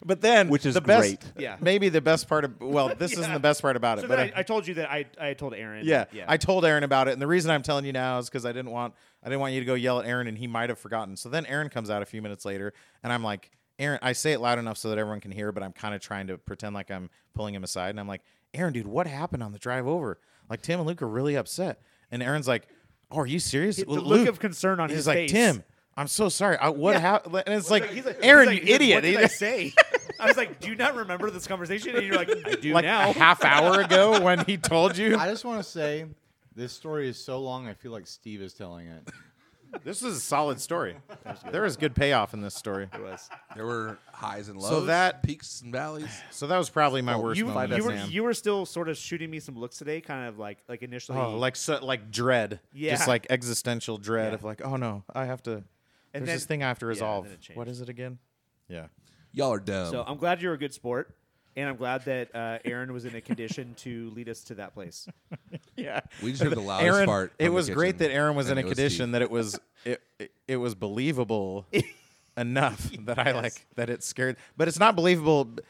But then Which is the best, great. Yeah. Maybe the best part of well this Yeah. isn't the best part about it So but then uh, I, I told you that I, I told Aaron. yeah, yeah. I told Aaron about it, and the reason I'm telling you now is because I didn't want I didn't want you to go yell at Aaron, and he might have forgotten. So then Aaron comes out a few minutes later, and I'm like, Aaron, I say it loud enough so that everyone can hear, but I'm kind of trying to pretend like I'm pulling him aside, and I'm like, Aaron, dude, what happened on the drive over? Like Tim and Luke are really upset, and Aaron's like, Oh, are you serious? the Well, look of concern on he's his like, face. Tim, I'm so sorry. I, what Yeah. happened? And it's like, He's like, Aaron, he's like, you idiot. What did I He's- say? I was like, do you not remember this conversation? And you're like, I do like now. a half hour ago when he told you I just want to say this story is so long. I feel like Steve is telling it. this is a solid story. There is good payoff in this story. there were highs and lows. that- peaks and valleys. So that was probably my worst you, moment. you as were Sam. you were still sort of shooting me some looks today, kind of like like initially, oh, like so, like dread, Yeah. just like existential dread of like, oh no, I have to. And there's this then- thing I have to yeah, and resolve. then it what changed. is it again? Yeah. Y'all are dumb. So I'm glad you're a good sport. and I'm glad that uh, Aaron was in a condition to lead us to that place. yeah. We just heard the loudest Aaron, fart. Uh, from It the was great kitchen, that Aaron was and in a it was condition Steve. that it was it, it, it was believable enough that I like that it scared. But it's not believable, b-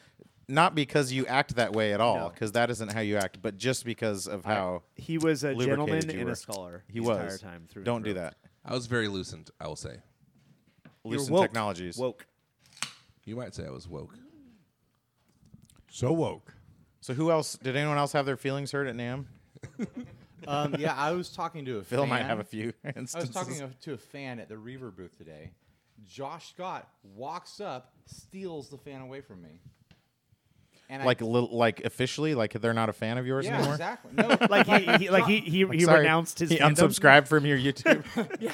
not because you act that way at all, because that isn't how you act, but just because of how He was a lubricated gentleman you and were. a scholar. He the was. entire time through. and Don't do through. that. I was very loosened. I will say. You're Loosen woke. technologies. Woke. You might say I was woke. So woke. So who else? Did anyone else have their feelings hurt at Nam? Um, yeah, I was talking to a Phil fan. might have a few I was instances. talking of- to a fan at the Reaver booth today. Josh Scott walks up, steals the fan away from me. And like li- like officially, like they're not a fan of I, yours yeah, anymore. exactly. No, Like he, he like he he, he Sorry. renounced his He fandom unsubscribed from your YouTube.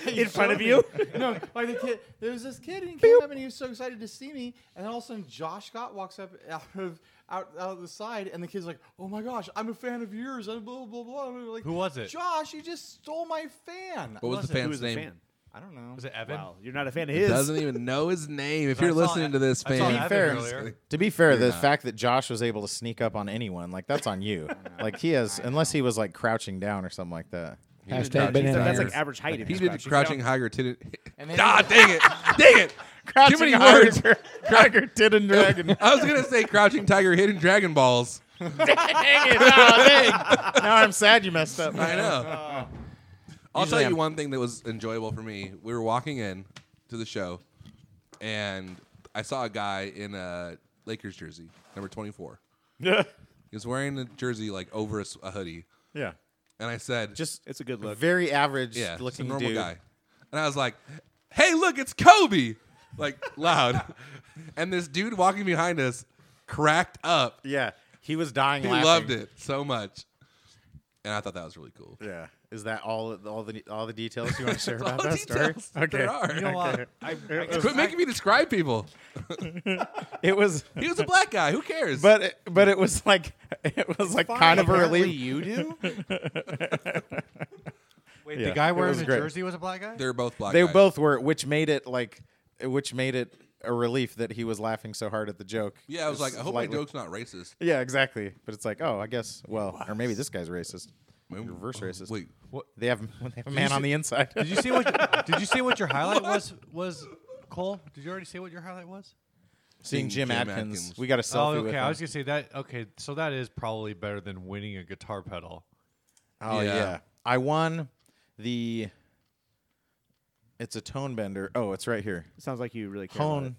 in front of you. no, like the kid, there was this kid and he came up and he was so excited to see me, and then all of a sudden Josh Scott walks up out of out, out of the side, and the kid's like, "Oh my gosh, I'm a fan of yours," and blah blah blah. And we were like, Who was it? Josh, you just stole my fan. What was the Who fan's was a name? fan? I don't know. Was it Evan? Wow, you're not a fan of his. Doesn't even know his name. If I you're saw listening it- to this, I saw Oh, fan, Evan fair, earlier. To be fair, the fact that Josh was able to sneak up on anyone, like that's on you. like he has, unless he was like crouching down or something like that. Hashtag He said banana. that's irons. like average height. if he he's did crouching crouching down. higher titted. then- Ah, dang it, dang it! Too many words. Tiger, Tid, and Dragon. I was gonna say crouching tiger, hidden dragon balls. now I'm sad you messed up. I know. I'll Usually tell you I'm- one thing that was enjoyable for me. We were walking in to the show, and I saw a guy in a Lakers jersey, number 24. Yeah. He was wearing a jersey like over a, s- a hoodie, Yeah. and I said, Just It's a good look. very average yeah, just a looking normal dude. guy." And I was like, "Hey, look, it's Kobe!" Like loud, and this dude walking behind us cracked up. Yeah. He was dying He laughing. loved it so much, and I thought that was really cool. Yeah. Is that all all the all the details you want to share All about that story? details that there are. You know what? I, I guess Quit making me describe people. It was He was a black guy. Who cares? but it, but it was like it was like kind of a Apparently relief. You do? Wait, Yeah. the guy It wearing was the great. jersey was a black guy? they're both black. They guys. both were, which made it like, which made it a relief that he was laughing so hard at the joke. Yeah, I was like, I hope my Slightly. joke's not racist. Yeah, exactly. But it's like, oh, I guess. Well, or maybe this guy's racist. Reverse racist. Wait, they have they have a man see- on the inside. Did you see what did you see what your highlight was was Cole? Did you already say what your highlight was? Seeing Jim, Jim Adkins, Adkins. we got a selfie oh, okay. with him. I was gonna say that. Okay, so that is probably better than winning a guitar pedal. oh Yeah. yeah. I won the. It's a tone bender. Oh, it's right here. Sounds like you really care. Tone.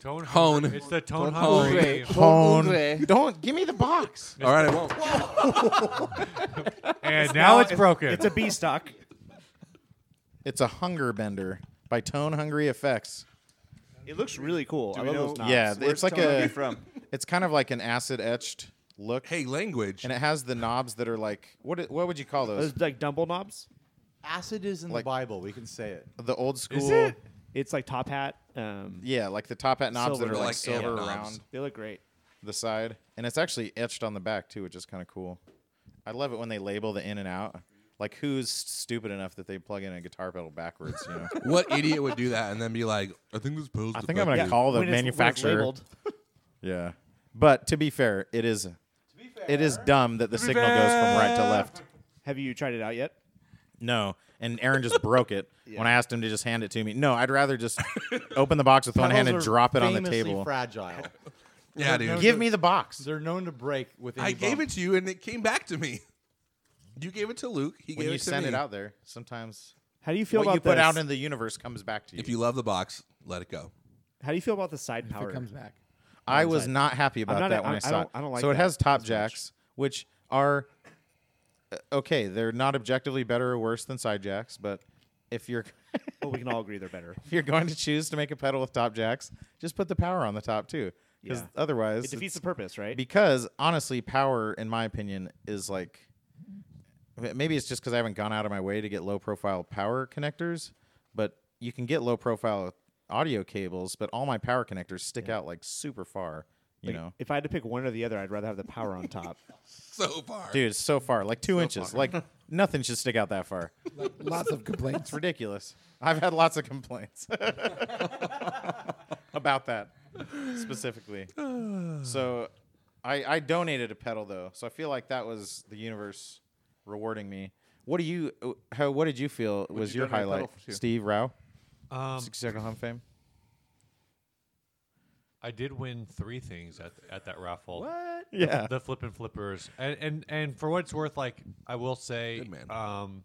Tone, Hone. hunger. It's the tone, hone. hunger. Tone. Don't give me the box. all right, I won't. And now it's broken. It's a B stock. It's a hunger bender by Tone Hungry Effects. It looks really cool. I we love know- those knobs. yeah, Where's it's like Tone Hungry a. from? It's kind of like an acid etched look. Hey, language. and it has the knobs that are like what i- what would you call those? Those like dumble knobs. Acid is in Like- the Bible. We can say it. The old school. it? It's like top hat. Um, Yeah, like the top hat knobs Silver that are like, like silver amp knobs. around They look great. the side, and it's actually etched on the back too, which is kind of cool. I love it when they label the in and out. Like who's stupid enough that they plug in a guitar pedal backwards? You know. what idiot would do that and then be like, I think this post. I think I'm gonna call the When it's- when it's manufacturer. labeled. Yeah, but to be fair, it is. It is dumb that the signal goes from right to left. Have you tried it out yet? No, and Aaron just broke it when I asked him to just hand it to me. No, I'd rather just open the box with one hand and Pedals are drop it on the famously table. fragile. Yeah, dude. Give me the box. They're known to break with any I gave bump. it to you and it came back to me. You gave it to Luke. He When gave you it to send me. it out there, sometimes How do you feel what about you put this? out in the universe comes back to you. If you love the box, let it go. How do you feel about the side If power? it comes back. I was not happy about not- that I- when I, I saw don't- it. I don't like so it that has top jacks, which are uh, okay. They're not objectively better or worse than side jacks, but if you're Well, we can all agree they're better. if you're going to choose to make a pedal with top jacks, just put the power on the top too, because Yeah. otherwise It it's- defeats the purpose, right? because honestly, power, in my opinion, is like maybe it's just because I haven't gone out of my way to get low profile power connectors, but you can get low profile audio cables, but all my power connectors stick out like super far, you know. If I had to pick one or the other, I'd rather have the power on top. So far. Dude, it's so far, like two inches. Like nothing should stick out that far. It's Like, lots of complaints. ridiculous. I've had lots of complaints about that specifically. So I, I donated a pedal though, so I feel like that was the universe rewarding me. What do you? uh, How, what did you feel was you your donate a pedal highlight, to? Steve Rao? Um, Six Second Home Fame. I did win three things at at that raffle. What? Yeah. the flippin' flippers and, and and for what it's worth like i will say Good man. um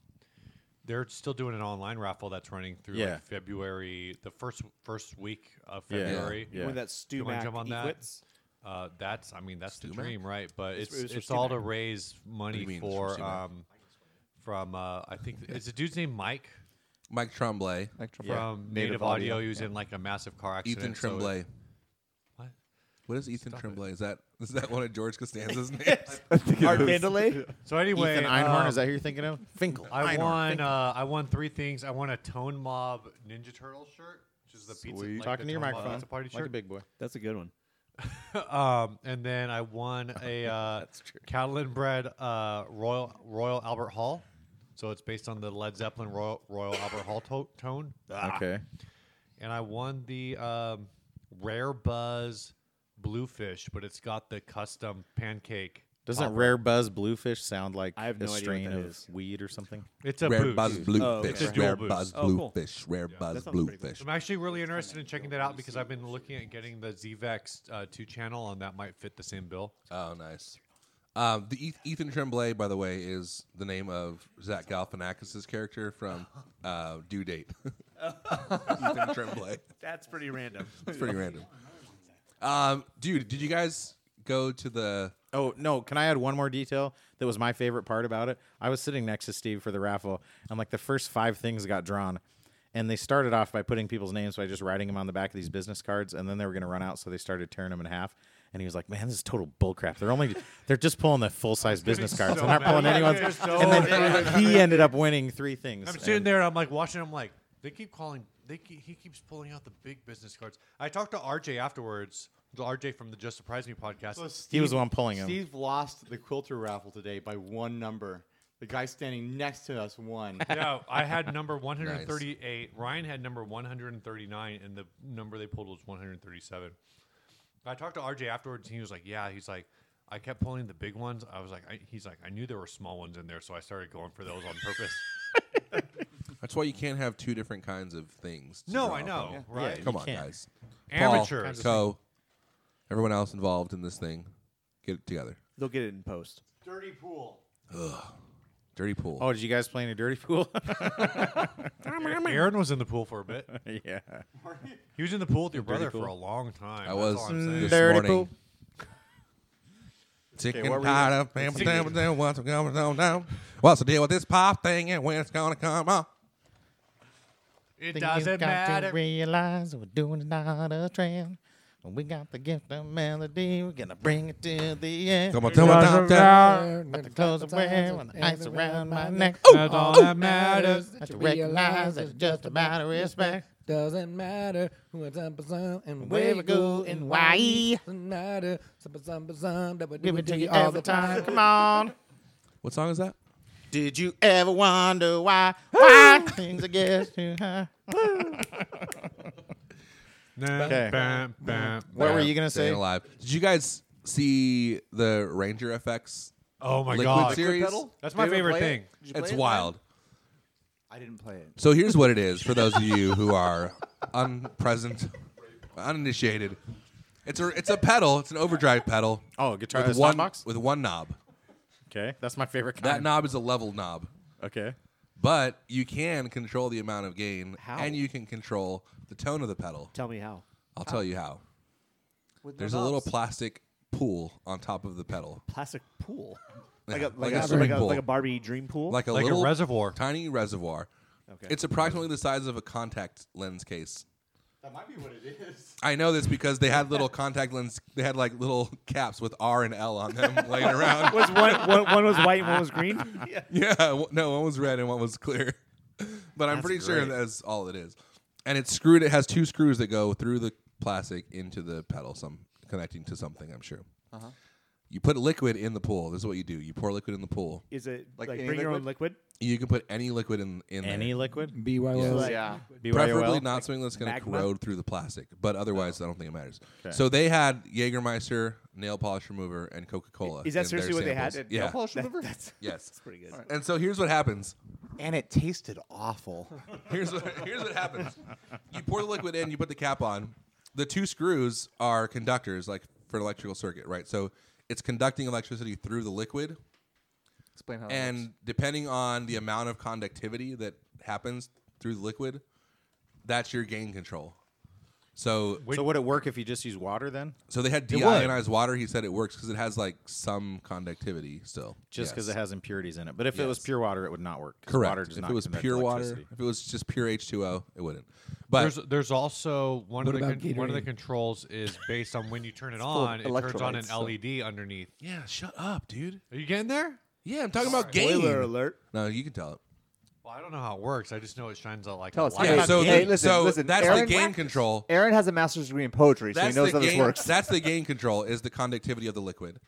they're still doing an online raffle that's running through Yeah. like february the first first week of Yeah. february Yeah. When that Stu You wanna Mac jump on that? equits. uh that's i mean that's the Stumac? dream right but it's it was it's, for all Stumac. to raise money you mean it's for for Stumac? um from uh i think it's a dude's named mike Mike Tremblay, Like Trump- from native, audio, he was in like a massive car accident Ethan so it- Tremblay. What? What is Ethan Tremblay? Is that is that one of George Costanza's names? Art Vandalay. so anyway Ethan Einhorn, um, is that who you're thinking of? Finkel. I Einhorn, won. Finkel. Uh, I won three things. I won a Tone Mob Ninja Turtle shirt, which is the pizza. Sweet. Like Talking the to your Tone Mob microphone. pizza party Like a shirt. big boy. That's a good one. um, and then I won a uh, Catalan bred uh, Royal Royal Albert Hall. So it's based on the Led Zeppelin Royal, Royal Albert Hall to- tone. Ah. Okay. And I won the um, Rare Buzz Bluefish, but it's got the custom pancake. Doesn't topper. Rare Buzz Bluefish sound like I have no a idea what strain that of is. weed or something? It's a Rare boost. Buzz Oh, Bluefish. okay. It's a dual Rare boost. Buzz Oh, cool. Bluefish. Rare Buzz that sounds pretty cool. Bluefish. I'm actually really interested in checking that out because I've been looking at getting the ZVEX uh, 2 channel, and that might fit the same bill. Oh, nice. Um, the Eth- Ethan Tremblay, by the way, is the name of Zach Galifianakis' character from uh, Due Date. Ethan Tremblay. That's pretty random. It's pretty random. Um, dude, did you guys go to the? Oh no! Can I add one more detail that was my favorite part about it? I was sitting next to Steve for the raffle, and like the first five things got drawn, and they started off by putting people's names by just writing them on the back of these business cards, and then they were going to run out, so they started tearing them in half. And he was like, "Man, this is total bullcrap. They're only they're just pulling the full size business cards. so they're not mad. pulling Yeah, anyone's." they're so and then he ended up winning three things. I'm And- sitting there, I'm like watching. I'm like, they keep calling. They keep, he keeps pulling out the big business cards. I talked to RJ afterwards. The RJ from the Just Surprise Me podcast. He was the one pulling him. Steve lost the quilter raffle today by one number. The guy standing next to us won. no, I had number 138. Ryan had number 139, and the number they pulled was 137. I talked to RJ afterwards, and he was like, "Yeah." He's like, "I kept pulling the big ones." I was like, I, "He's like, I knew there were small ones in there, so I started going for those on purpose." That's why you can't have two different kinds of things. to no, draw I from. know, right? Come on, can't. guys. Paul, Amateurs. Co, everyone else involved in this thing, get it together. They'll get it in post. Dirty pool. Dirty pool. oh, did you guys play in a dirty pool? Aaron was in the pool for a bit. yeah. He was in the pool with your brother for a long time. I That's was Mm. all I'm saying. this Dirty morning. pool. Chicken what were you- pot up, bam, bam, bam, what's going on down? What's the deal with this pop thing and when it's gonna come up? It think you've doesn't got matter. To realize we're doing it not a trend. When we got the gift of melody, we're gonna bring it to the end. Come on, come on, come on, come on. Put the clothes away when the ice around my neck. That's all that matters. I have to recognize it's just a matter of respect. Doesn't matter who it's up on and Where where we we go go and and why. why. Doesn't matter. Some, some, some, that we Give do it to you all the time. Come on. What song is that? Did you ever wonder why? Why things are getting too high? Okay. Bam, bam, What bam. were you gonna Staying say? Alive. Did you guys see the Ranger FX Oh my Liquid god. Series? That's my Did you ever favorite play thing. it? Did you play It's it, Ryan? wild. I didn't play it. So here's what it is for those of you who are unpresent, uninitiated. It's a it's a pedal. It's an overdrive pedal. Oh, guitar with uh, one soundbox? with one knob. Okay, that's my favorite kind. That knob is a level knob, Okay. but you can control the amount of gain How? and you can control the tone of the pedal. Tell me how. I'll tell you how. There's a little plastic pool on top of the pedal, plastic pool, Yeah, like, a, swimming like, a, pool. like a Barbie dream pool. like a Like a little reservoir. tiny reservoir. Okay. It's approximately the size of a contact lens case. That might be what it is. I know this because they had little contact lens. They had like little caps with R and L on them laying around. was one, one, one was white and one was green. yeah. Yeah, w- no, one was red and one was clear. But I'm That's pretty sure great. that's all it is. And it's screwed. It has two screws Uh-huh. that go through the plastic into the pedal, some connecting to something. I'm sure. You put liquid in the pool. This is what you do. You pour liquid in the pool. Is it like, Like any bring your own liquid? You can put any liquid in in Any there. liquid? BYO. yeah. BYOL? Preferably not something that's going to magma? corrode through the plastic, but Oh. otherwise, I don't think it matters. So they had Jägermeister, nail polish remover, and Coca Cola. Is that seriously what they had? Did Yeah. that's yes. Pretty good. And so here's what happens. and it tasted awful. Here's what here's what happens. You pour the liquid in, you put the cap on. The two screws are conductors, like for an electrical circuit, right? So it's conducting electricity through the liquid, explain how. that works. and depending on the amount of conductivity that happens through the liquid, that's your gain control. So, So would it work if you just use water then? so they had would. deionized water. He said it works because it has like some conductivity still. Just because Yes. it has impurities in it. But if it was Yes. pure water, it would not work. 'cause correct. Water does if not it was conduct pure water, electricity. if it was just pure H two O, it wouldn't. But There's there's also one of What the about con- one of the Gatorade? controls is based on when you turn it full of on. It turns on electrolytes, an so- LED underneath. yeah, shut up, dude. Are you getting there? Yeah, I'm talking about gain. Spoiler alert. No, you can tell it. Well, I don't know how it works. I just know it shines out like Tell a us. light. Yeah, Okay, so, Hey, the- listen, so listen, that's the Aaron- gain control. Aaron has a master's degree in poetry, so he That's knows the how this gain, works. That's the gain control is the conductivity of the liquid.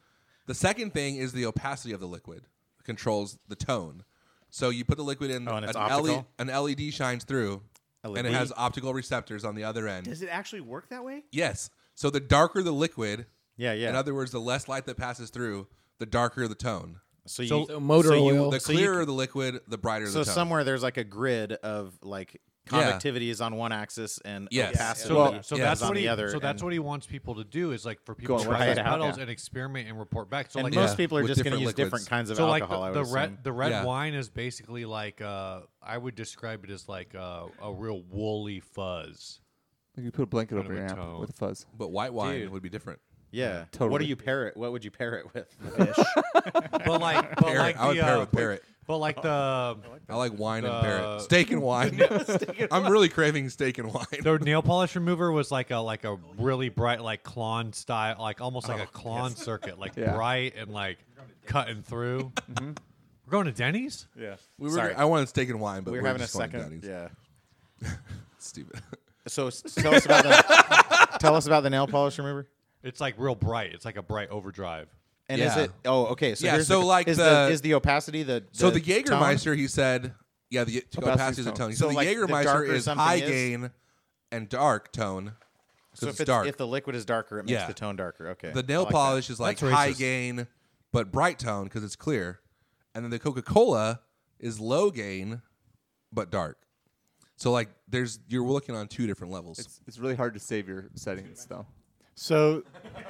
The second thing is the opacity of the liquid controls the tone. So you put the liquid in, Oh, and it's an, LED, optical? E an LED shines through, and it LED? has optical receptors on the other end. Does it actually work that way? yes. So the darker the liquid, Yeah, yeah. in other words, the less light that passes through, the darker the tone. so you, So motor so you- oil. The So you clearer the liquid, the brighter so the tone. somewhere there's like a grid of like Yeah. conductivity is on one axis and Yes. opacity So, is so yeah, that's on what the he, other. so that's and, what he wants people to do is like for people to right try those out, pedals yeah. and experiment and report back. So and like most Yeah, people are with just going to different use liquids. different kinds of so like alcohol. the, I the would red assume. the red Yeah. wine is basically like uh, I would describe it as like uh, a real woolly fuzz. You put a blanket Kind over of your a amp tone. with a fuzz. but white wine Dude. would be different. yeah. What do totally. you pair it? What would you pair it with? But like, but Parrot. like I would the, pair uh, with parrot. But like the I like wine and The- parrot. Steak and wine. I'm really craving steak and wine. the nail polish remover was like a like a really bright like clon style, like almost Oh, like a clon circuit, like Yeah. bright and like cutting through. Mm-hmm. We're going to Denny's. yeah. We were, Sorry. I wanted steak and wine, but we we're, were having a just going to second. Denny's. Yeah. Stupid. So s- tell us about the tell us about the nail polish remover. It's like real bright. It's like a bright overdrive. And is Yeah. it? Oh, okay. So Yeah, here's so the, like is the- is the opacity the, so the tone? Jägermeister, he said, yeah, the opacity is a tone. tone. He So, said the like, the Jägermeister darker is something high is- gain and dark tone. So it's if, it's, dark. if the liquid is darker, it makes Yeah. the tone darker. Okay. The nail I like that. polish is like That's high racist. gain but bright tone because it's clear, and then the Coca Cola is low gain but dark. So like, there's you're looking on two different levels. It's, it's really hard to save your settings, though. So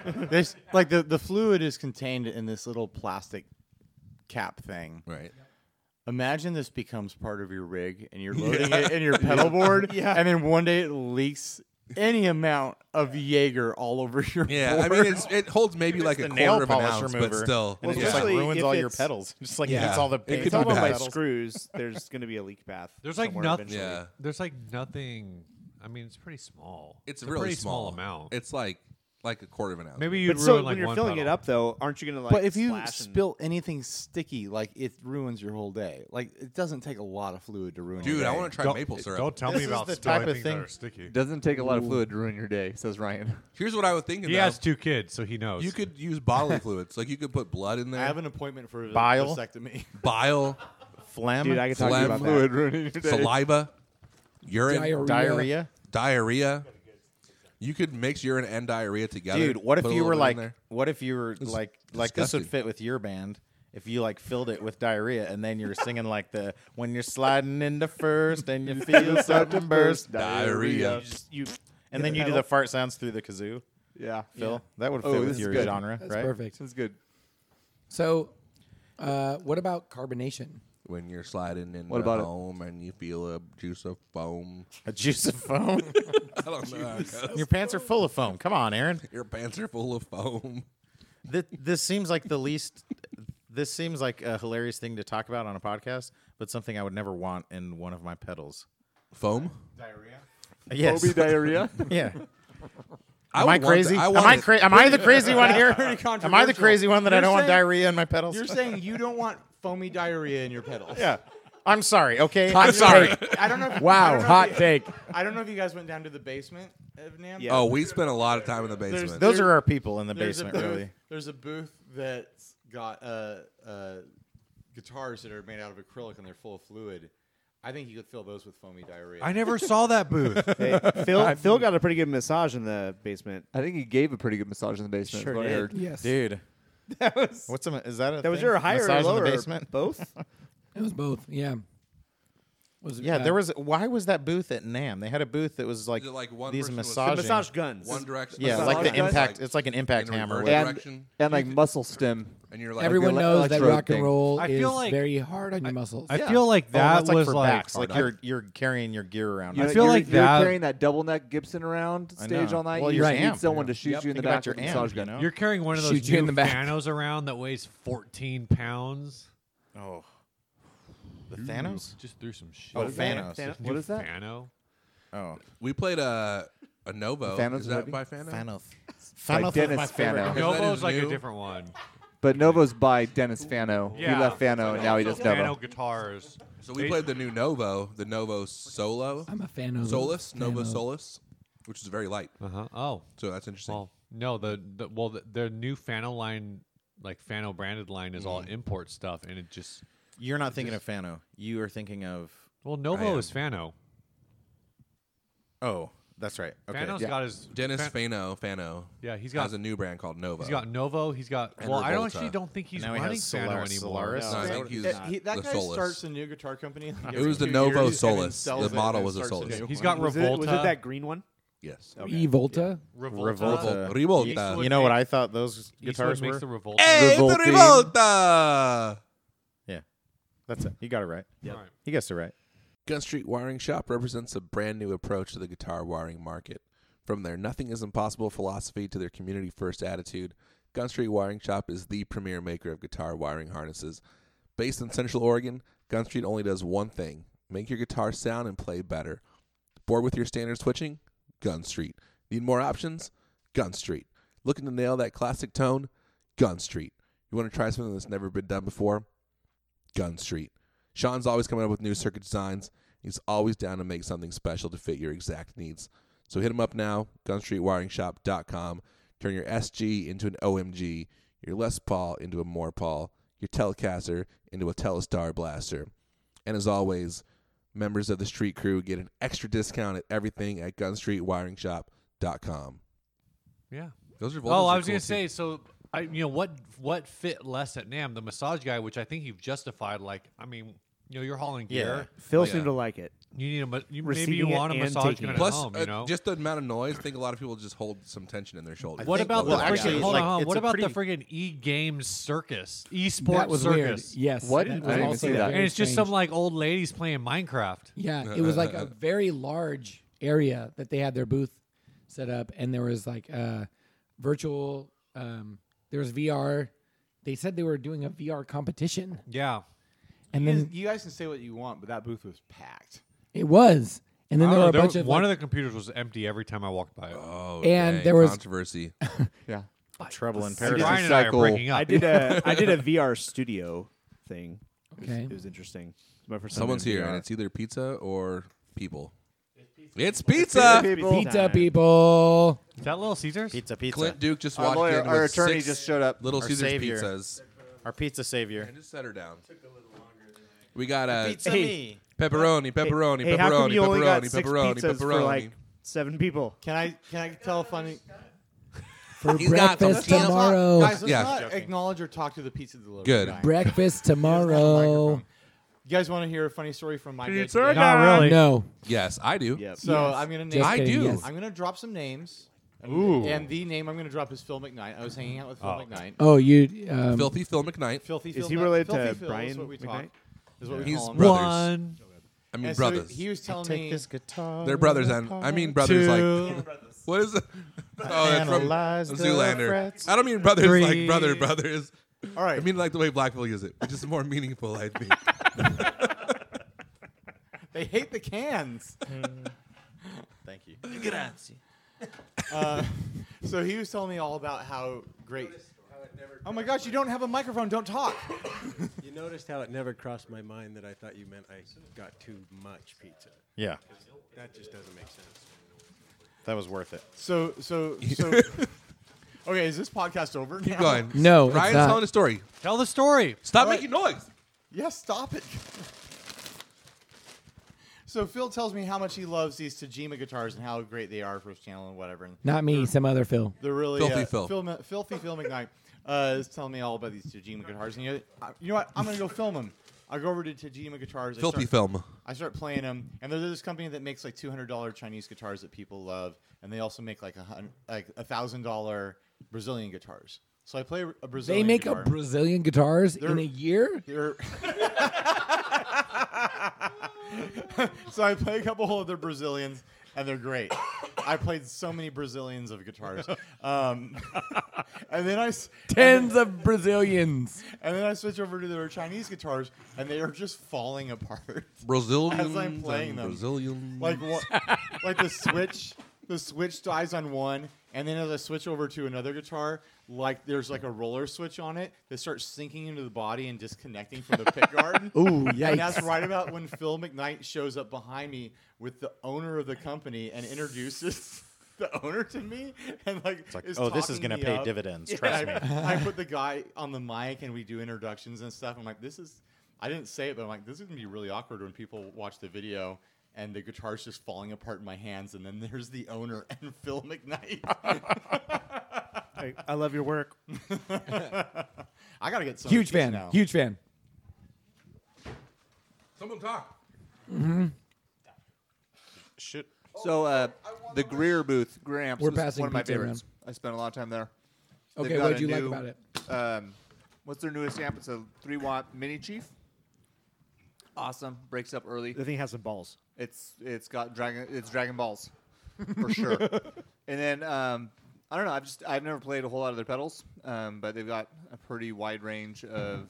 this like the the fluid is contained in this little plastic cap thing. right. Imagine this becomes part of your rig and you're loading it in your pedal board and then one day it leaks any amount of Jaeger all over your Yeah, I board. mean, it's, it holds maybe like a the quarter nail of an polish ounce, remover, but still, and it Well, just like especially ruins if all your it's- pedals. Just like Yeah. it's all the It could big It's all be about my bad. screws. There's going to be a leak path. There's like somewhere nothing. eventually. Yeah. There's like nothing. I mean, it's pretty small. It's a really pretty small. small, amount. It's like like a quarter of an ounce. Maybe you But ruin so like when you're one filling it pedal. up, though, aren't you going to like? but if you splash and- spill anything sticky, like it ruins your whole day. Like it doesn't take a lot of fluid to ruin. your dude. I day. want to try Don't- maple syrup. Don't tell This me is about the spilling type of things that thing- are sticky. Doesn't take a lot of fluid to ruin your day, says Ryan. Here's what I was thinking. He though. has two kids, so he knows. You could use bodily fluids. Like you could put blood in I there, have an appointment for a Bile? vasectomy. bile, phlegm, Dude, I could talk to Phlegm. you about that. Fluid ruining your day. saliva, urine, Diarrhea. diarrhea. diarrhea. You could mix urine and diarrhea together. Dude, what if put a you little were bit in like, there. what if you were like, like this disgusting. would fit with your band if you like filled it with diarrhea and then you're singing like the when you're sliding into first and you feel something burst diarrhea? You just- you- and then you do the fart sounds through the kazoo. Yeah, Phil, that would fit Oh, this with is your good. genre, That's right? perfect. This is good. So, uh, what about carbonation? When you're sliding in What the about it? home and you feel a juice of foam. A juice of foam. I don't know. how it goes. your pants are full of foam. Come on, Aaron. Your pants are full of foam. Th- this seems like the least. This seems like a hilarious thing to talk about on a podcast, but something I would never want in one of my pedals. Foam. Yes. Obi diarrhea. yeah. I would Am I want to- crazy? I am I wanted- cra- Am I the crazy one here? Am I the controversial. crazy one that I You're don't want saying- diarrhea in my pedals? You're saying you don't want foamy diarrhea in your pedals. yeah. I'm sorry. Okay. Hot sorry. take. I don't know. If, I Wow, don't know hot if you, take. I don't know if you guys went down to the basement of Nam. Yeah. Oh, we spent a lot of time in the basement. Those are our people in the There's basement, a booth, really. There's a booth that's got uh, uh, guitars that are made out of acrylic and they're full of fluid. I think you could fill those with foamy diarrhea. I never saw that booth. Hey, Phil, Phil got a pretty good massage in the basement. I think he gave a pretty good massage in the basement. is Sure what I did. heard. Yes. Dude. That was What's a, is that a that was thing? your higher Massage or lower? in the basement? Both. It was both. Yeah. Was it, Yeah, uh, there was. Why was that booth at Nam? They had a booth that was like, Is it like one these person was- massaging. massage guns. One direction. yeah, massage like the guns. impact. It's like an impact in a hammer. reverse with- And- direction. And like muscle stem. And you're like, Everyone Like the knows that electrode rock and thing. roll I is feel like- very hard on your muscles. I feel like Oh, that that's was for like backs. Like you're you're carrying your gear around. You I know, feel you're, like you're that- carrying that double neck Gibson around stage know. all night. Well, you you're just need amped, someone yeah. to shoot Yep, you in the think about back your with a amp, massage you gun. know? You're carrying one of those Shoot you new in the back. Thanos around that weighs 14 pounds. oh, the Thanos. Just threw some shit. Oh, Thanos. Thanos. Just- What is that? Fano. Oh, we played a, a Novo. Thanos is that movie? by Fano? Thanos. By Thanos is Dennis my favorite. Fano. that Novo's his like a new- different one. But Novo's by Dennis Fano. Yeah. He left Fano and now he does Fano Novo. guitars. So we played the new Novo, the Novo Solo. I'm a fan of Solus, fan Nova of- Solus, which is very light. Uh-huh. Oh, So that's interesting. well, no, the, the well, the, their new Fano line, like Fano branded line, is all import stuff, and it just You're not thinking of Fano. You are thinking of. well, I Novo am. is Fano. Oh, that's right. Okay. Fano's yeah. got his Dennis Fan- Fano, Fano. Yeah, he's has got a new brand called Novo. he's got Novo. He's got. And well, I don't Revolta. actually don't think he's Now he running has Fano Solaris- anymore. Solaris. No, I So think he's that- he- that the guy Solus. starts a new guitar company. like, It every was the two Novo years and Solus. then sells The it and model then was a starts Solus. new He's one. got Was it, Revolta. was it that green one? yes. Evolta. Revolta? Revolta. Revolta. You know what I thought those Eastwood guitars makes were? the Revolta. Hey, the Revolting. Revolta! That's it. You got it right. All right. He gets it right. Gun Street Wiring Shop represents a brand new approach to the guitar wiring market. From their nothing is impossible philosophy to their community first attitude, Gun Street Wiring Shop is the premier maker of guitar wiring harnesses. Based in Central Oregon, Gun Street only does one thing make your guitar sound and play better. Bored with your standard switching? Gun Street. Need more options? Gun Street. Looking to nail that classic tone? Gun Street. You want to try something that's never been done before? Gun Street. Sean's always coming up with new circuit designs. He's always down to make something special to fit your exact needs. So hit him up now, gunstreetwiringshop.com. Turn your SG into an OMG, your Les Paul into a More Paul, your Telecaster into a Telestar Blaster. And as always, members of the street crew get an extra discount at everything at gunstreetwiringshop.com. Yeah. Those are Oh, I was gonna say. So, I you know what what fit less at Nam the massage guy, which I think you've justified. Like, I mean, you know, you're hauling gear. Phil yeah. seemed to like it. You need a ma- you, maybe Receiving you it want a and massage taking gun it. at Plus, home. You uh, know. just the amount of noise. I think a lot of people just hold some tension in their shoulders. what think- about well, the actually, freaking it's hold like- on, hold on? it's What a about the pretty- freaking e games circus, e That sports was circus? weird. Yes. What? it I was didn't even also see that. very And it's just strange. some like old ladies playing Minecraft. Yeah, it was like a very large area that they had their booth set up, and there was like uh, virtual. Um, there was VR. They said they were doing a VR competition, Yeah. and You guys- then you guys can say what you want, but that booth was packed. it was, and then I there don't were a know, there bunch were- of one like, of the computers was empty every time I walked by it. Oh, And dang, there was- controversy. Yeah. Trouble in guess paradise. Brian a and I are cycle- breaking up. I did a I did a VR studio thing. It was, Okay. it was interesting. It was my first time Someone's doing here, and VR. it's either pizza or people. It's pizza. People. pizza people. Is that Little Caesars? Pizza, pizza. Clint Duke just Our walked lawyer- in. our with attorney six just showed up. Little Our Caesars savior. pizzas. Our pizza savior. And just set her down. We got a Pizza Hey. me. pepperoni, pepperoni, hey, how come pepperoni, you only got pepperoni, six pepperoni, pizzas for like pepperoni. seven people? Can I can I tell a funny? For He's got the breakfast deal. tomorrow. Guys, let's Yeah. not acknowledge or talk to the pizza delivery. Good. guy. breakfast tomorrow. You guys want to hear a funny story from my day? Pizza? today? Not really. No. Yes, I do. Yep. So I'm gonna name. Just I kidding, do. yes. I'm gonna drop some names. Ooh. And the name I'm gonna drop is Phil McKnight. I was hanging out with Phil McKnight. Oh, you. Um, Filthy Phil McKnight. Filthy Phil. Is he Mc- related Filthy to Phil Brian Is what we talk- McKnight? Is what we He's call him. brothers. One. I mean And so brothers. he was telling Take me this guitar. They're brothers, and I mean brothers like. What is it? Oh, that's from Analyze the Zoolander. frets. I don't mean brothers like Three. brother brothers. All right. I mean like the way black people use it, which is more meaningful, I think. they hate the cans. Thank you. Uh, so he was telling me all about how great. Oh my gosh, you don't have a microphone. Don't talk. You noticed how it never crossed my mind that I thought you meant I got too much pizza. Yeah, That just doesn't make sense. that was worth it. So so so. okay, is this podcast over? Keep going. No, it's Ryan's not. telling a story. Tell the story. Stop making noise. Yeah, stop it. so Phil tells me how much he loves these Tajima guitars and how great they are for his channel and whatever. And Not me, some other Phil. They're really Filthy uh, Phil. film- filthy Phil McKnight uh, is telling me all about these Tajima guitars. And you know, I- you know what? I'm gonna go film them. I go over to Tajima guitars. I Filthy start, film. I start playing them, and they're this company that makes like $200 Chinese guitars that people love, and they also make like a hun- like a thousand dollar Brazilian guitars. So I play a Brazilian. They make guitar. a Brazilian guitars in a year. They're- so I play a couple of other Brazilians, and they're great. I played so many Brazilians of guitars, um, and then I s- Tens of Brazilians. and then I switch over to their Chinese guitars, and they are just falling apart. Brazilian. As I'm playing them. Brazilian. Like what? like the switch, the switch dies on one, and then as I switch over to another guitar, like there's like a roller switch on it that starts sinking into the body and disconnecting from the pick guard. Ooh, And yikes. that's right about when Phil McKnight shows up behind me with the owner of the company and introduces the owner to me. And like, It's like, oh, this is gonna talking me pay up. dividends. Yeah, Trust me. I, I put the guy on the mic and we do introductions and stuff. I'm like, this is, I didn't say it, but I'm like, this is going to be really awkward when people watch the video. And the guitar's just falling apart in my hands, and then there's the owner and Phil McKnight. I love your work. I gotta get some Huge pizza fan. now. Huge fan. Someone talk. Should So uh, the Greer booth, Gramps, We're was passing one of my pizza favorites. I spent a lot of time there. They've Okay, got what a did you like new, about it? Um, what's their newest amp? It's a three watt mini chief. Awesome. Breaks up early. The thing has some balls. It's it's got dragon it's Dragon Balls for sure. and then um, I don't know. I've just I've never played a whole lot of their pedals, um, but they've got a pretty wide range of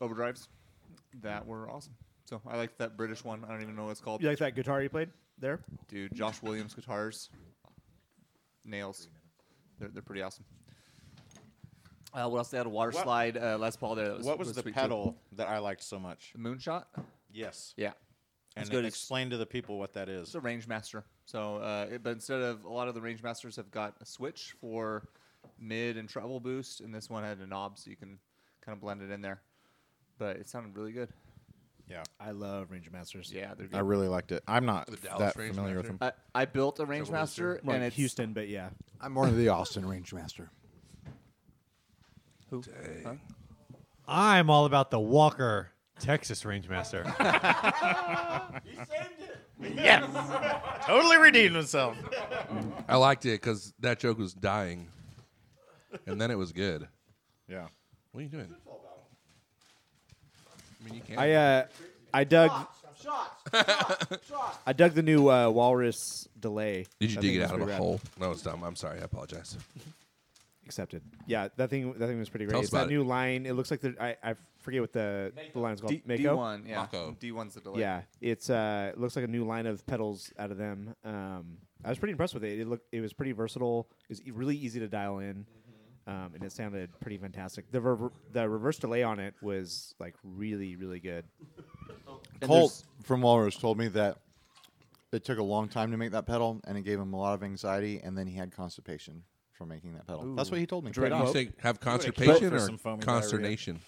overdrives that were awesome. So I like that British one. I don't even know what it's called. You like that guitar you played there? Dude, Josh Williams guitars, nails. They're, they're pretty awesome. Uh, what else? They had a water slide uh, Les Paul there. That was, what was the sweet, too. pedal that I liked so much? The Moonshot. Yes, Yeah, and good. It's- explain to the people what that is. It's a range master. So, uh, it, but instead of a lot of the range masters have got a switch for mid and treble boost, and this one had a knob so you can kind of blend it in there. But it sounded really good. Yeah, I love Ranger Masters. Yeah, they're good. I really liked it. I'm not The Dallas that Range familiar with Master. them. I, I built a range master, Well, and it's Houston, but yeah. I'm more of the Austin Rangemaster. Who? Huh? I'm all about the Walker Texas Rangemaster. Totally redeemed himself. I liked it because that joke was dying, and then it was good. yeah. What are you doing? I mean, you can't. I uh, I dug. I dug the new uh, Walrus delay. Did you That dig thing it was out of pretty a rad. hole? No, it's dumb. I'm sorry. I apologize. Accepted. Yeah, that thing. That thing was pretty great. Tell us it's that about it. new line. It looks like the I, I forget what the the line's called. D, Mako? D1, yeah. Mako. D1's the delay. Yeah, it's uh, it looks like a new line of pedals out of them. Um, I was pretty impressed with it. It looked, it was pretty versatile. It was e- really easy to dial in, um, and it sounded pretty fantastic. The rever- the reverse delay on it was like really, really good. And Colt there's- from Walrus told me that it took a long time to make that pedal, and it gave him a lot of anxiety, and then he had constipation from making that pedal. That's what he told me. Did you say have constipation for or some foamy consternation?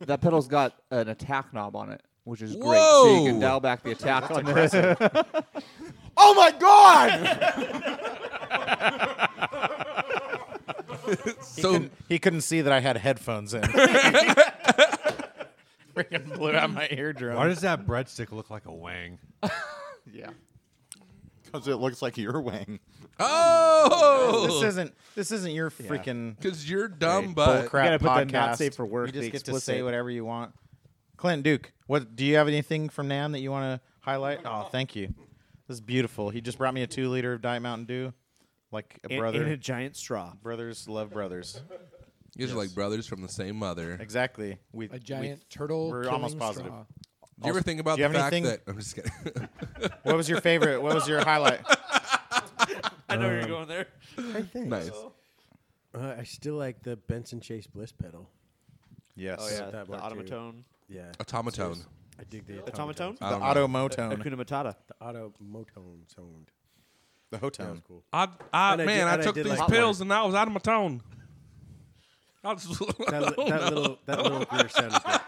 that pedal's got an attack knob on it, which is great. So you Whoa! can dial back the attack on the Oh my god! So He couldn't see that I had headphones in. Freaking blew out my eardrum. Why does that breadstick look like a wang? yeah. Because it looks like your wing. this oh, isn't this isn't your freaking because you're dumb, bull but crap You gotta put the podcast. not safe for work, You the just get to explicit. say whatever you want. Clint Duke, what do you have anything from Nam that you want to highlight? Oh, thank you. This is beautiful. He just brought me a two liter of Diet Mountain Dew, like a In, brother. in a giant straw. brothers love brothers. you guys are like brothers from the same mother. Do Exactly. We A we- giant turtle. we're almost killing positive. straw. you ever think about do you the have fact anything? that I'm just kidding? what was your favorite? What was your highlight? Oh, I know Um, you're going there. I think. nice. Nice. I still like the Benson Chase Bliss pedal. Yes. Oh yeah, that the one too. automatone, Yeah. Automatone. I dig the automatone, I don't know. Auto motone. Akuna Matata. The auto motone toned. The That was hotone. cool. I, I, And I Ah, man, did- I, and I took did these like- pills and I was out of my tone. I was That, li- that Oh. little that little career sounded good.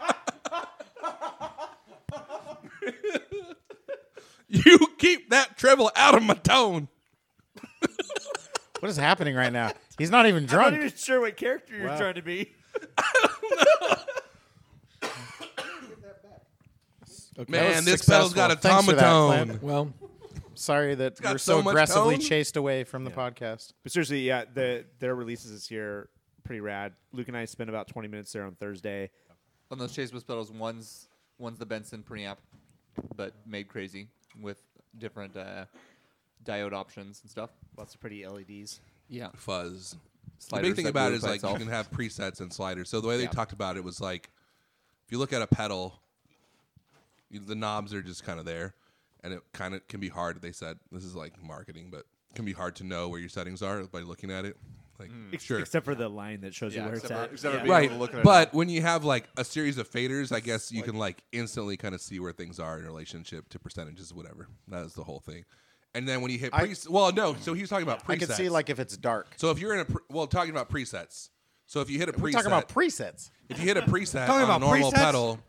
you keep that treble out of my tone. What is happening right now? He's not even drunk. I'm not even sure what character you're trying to be. Okay. That Man, was this pedal's successful. got a Thanks for that, Clint. tomatone. Well, Sorry that got we're so, so much aggressively tone. chased away from the podcast. But seriously, yeah, the their releases this year pretty rad. Luke and I spent about 20 minutes there on Thursday. On those Chase Bliss pedals, one's one's the Benson preamp, but made crazy with different uh, diode options and stuff. Lots of pretty LEDs. Yeah. Fuzz. The Sliders big thing that about it move is by like itself. you can have presets and sliders. So the way they Yeah. talked about it was like, if you look at a pedal, you, the knobs are just kind of there, and it kind of can be hard. They said this is like marketing, but it can be hard to know where your settings are by looking at it. Like sure, Except for the line that shows you where it's except for, at. except Mm. for being right. able to look at it But when you have like a series of faders, I guess you can like instantly kind of see where things are in relationship to percentages, whatever. That is the whole thing. And then when you hit presets, well, no. So he was talking about presets. I can see like if it's dark. So if you're in a pre- well, talking about presets. So if you hit a We're preset, talking about presets. if you hit a preset on a normal pedal,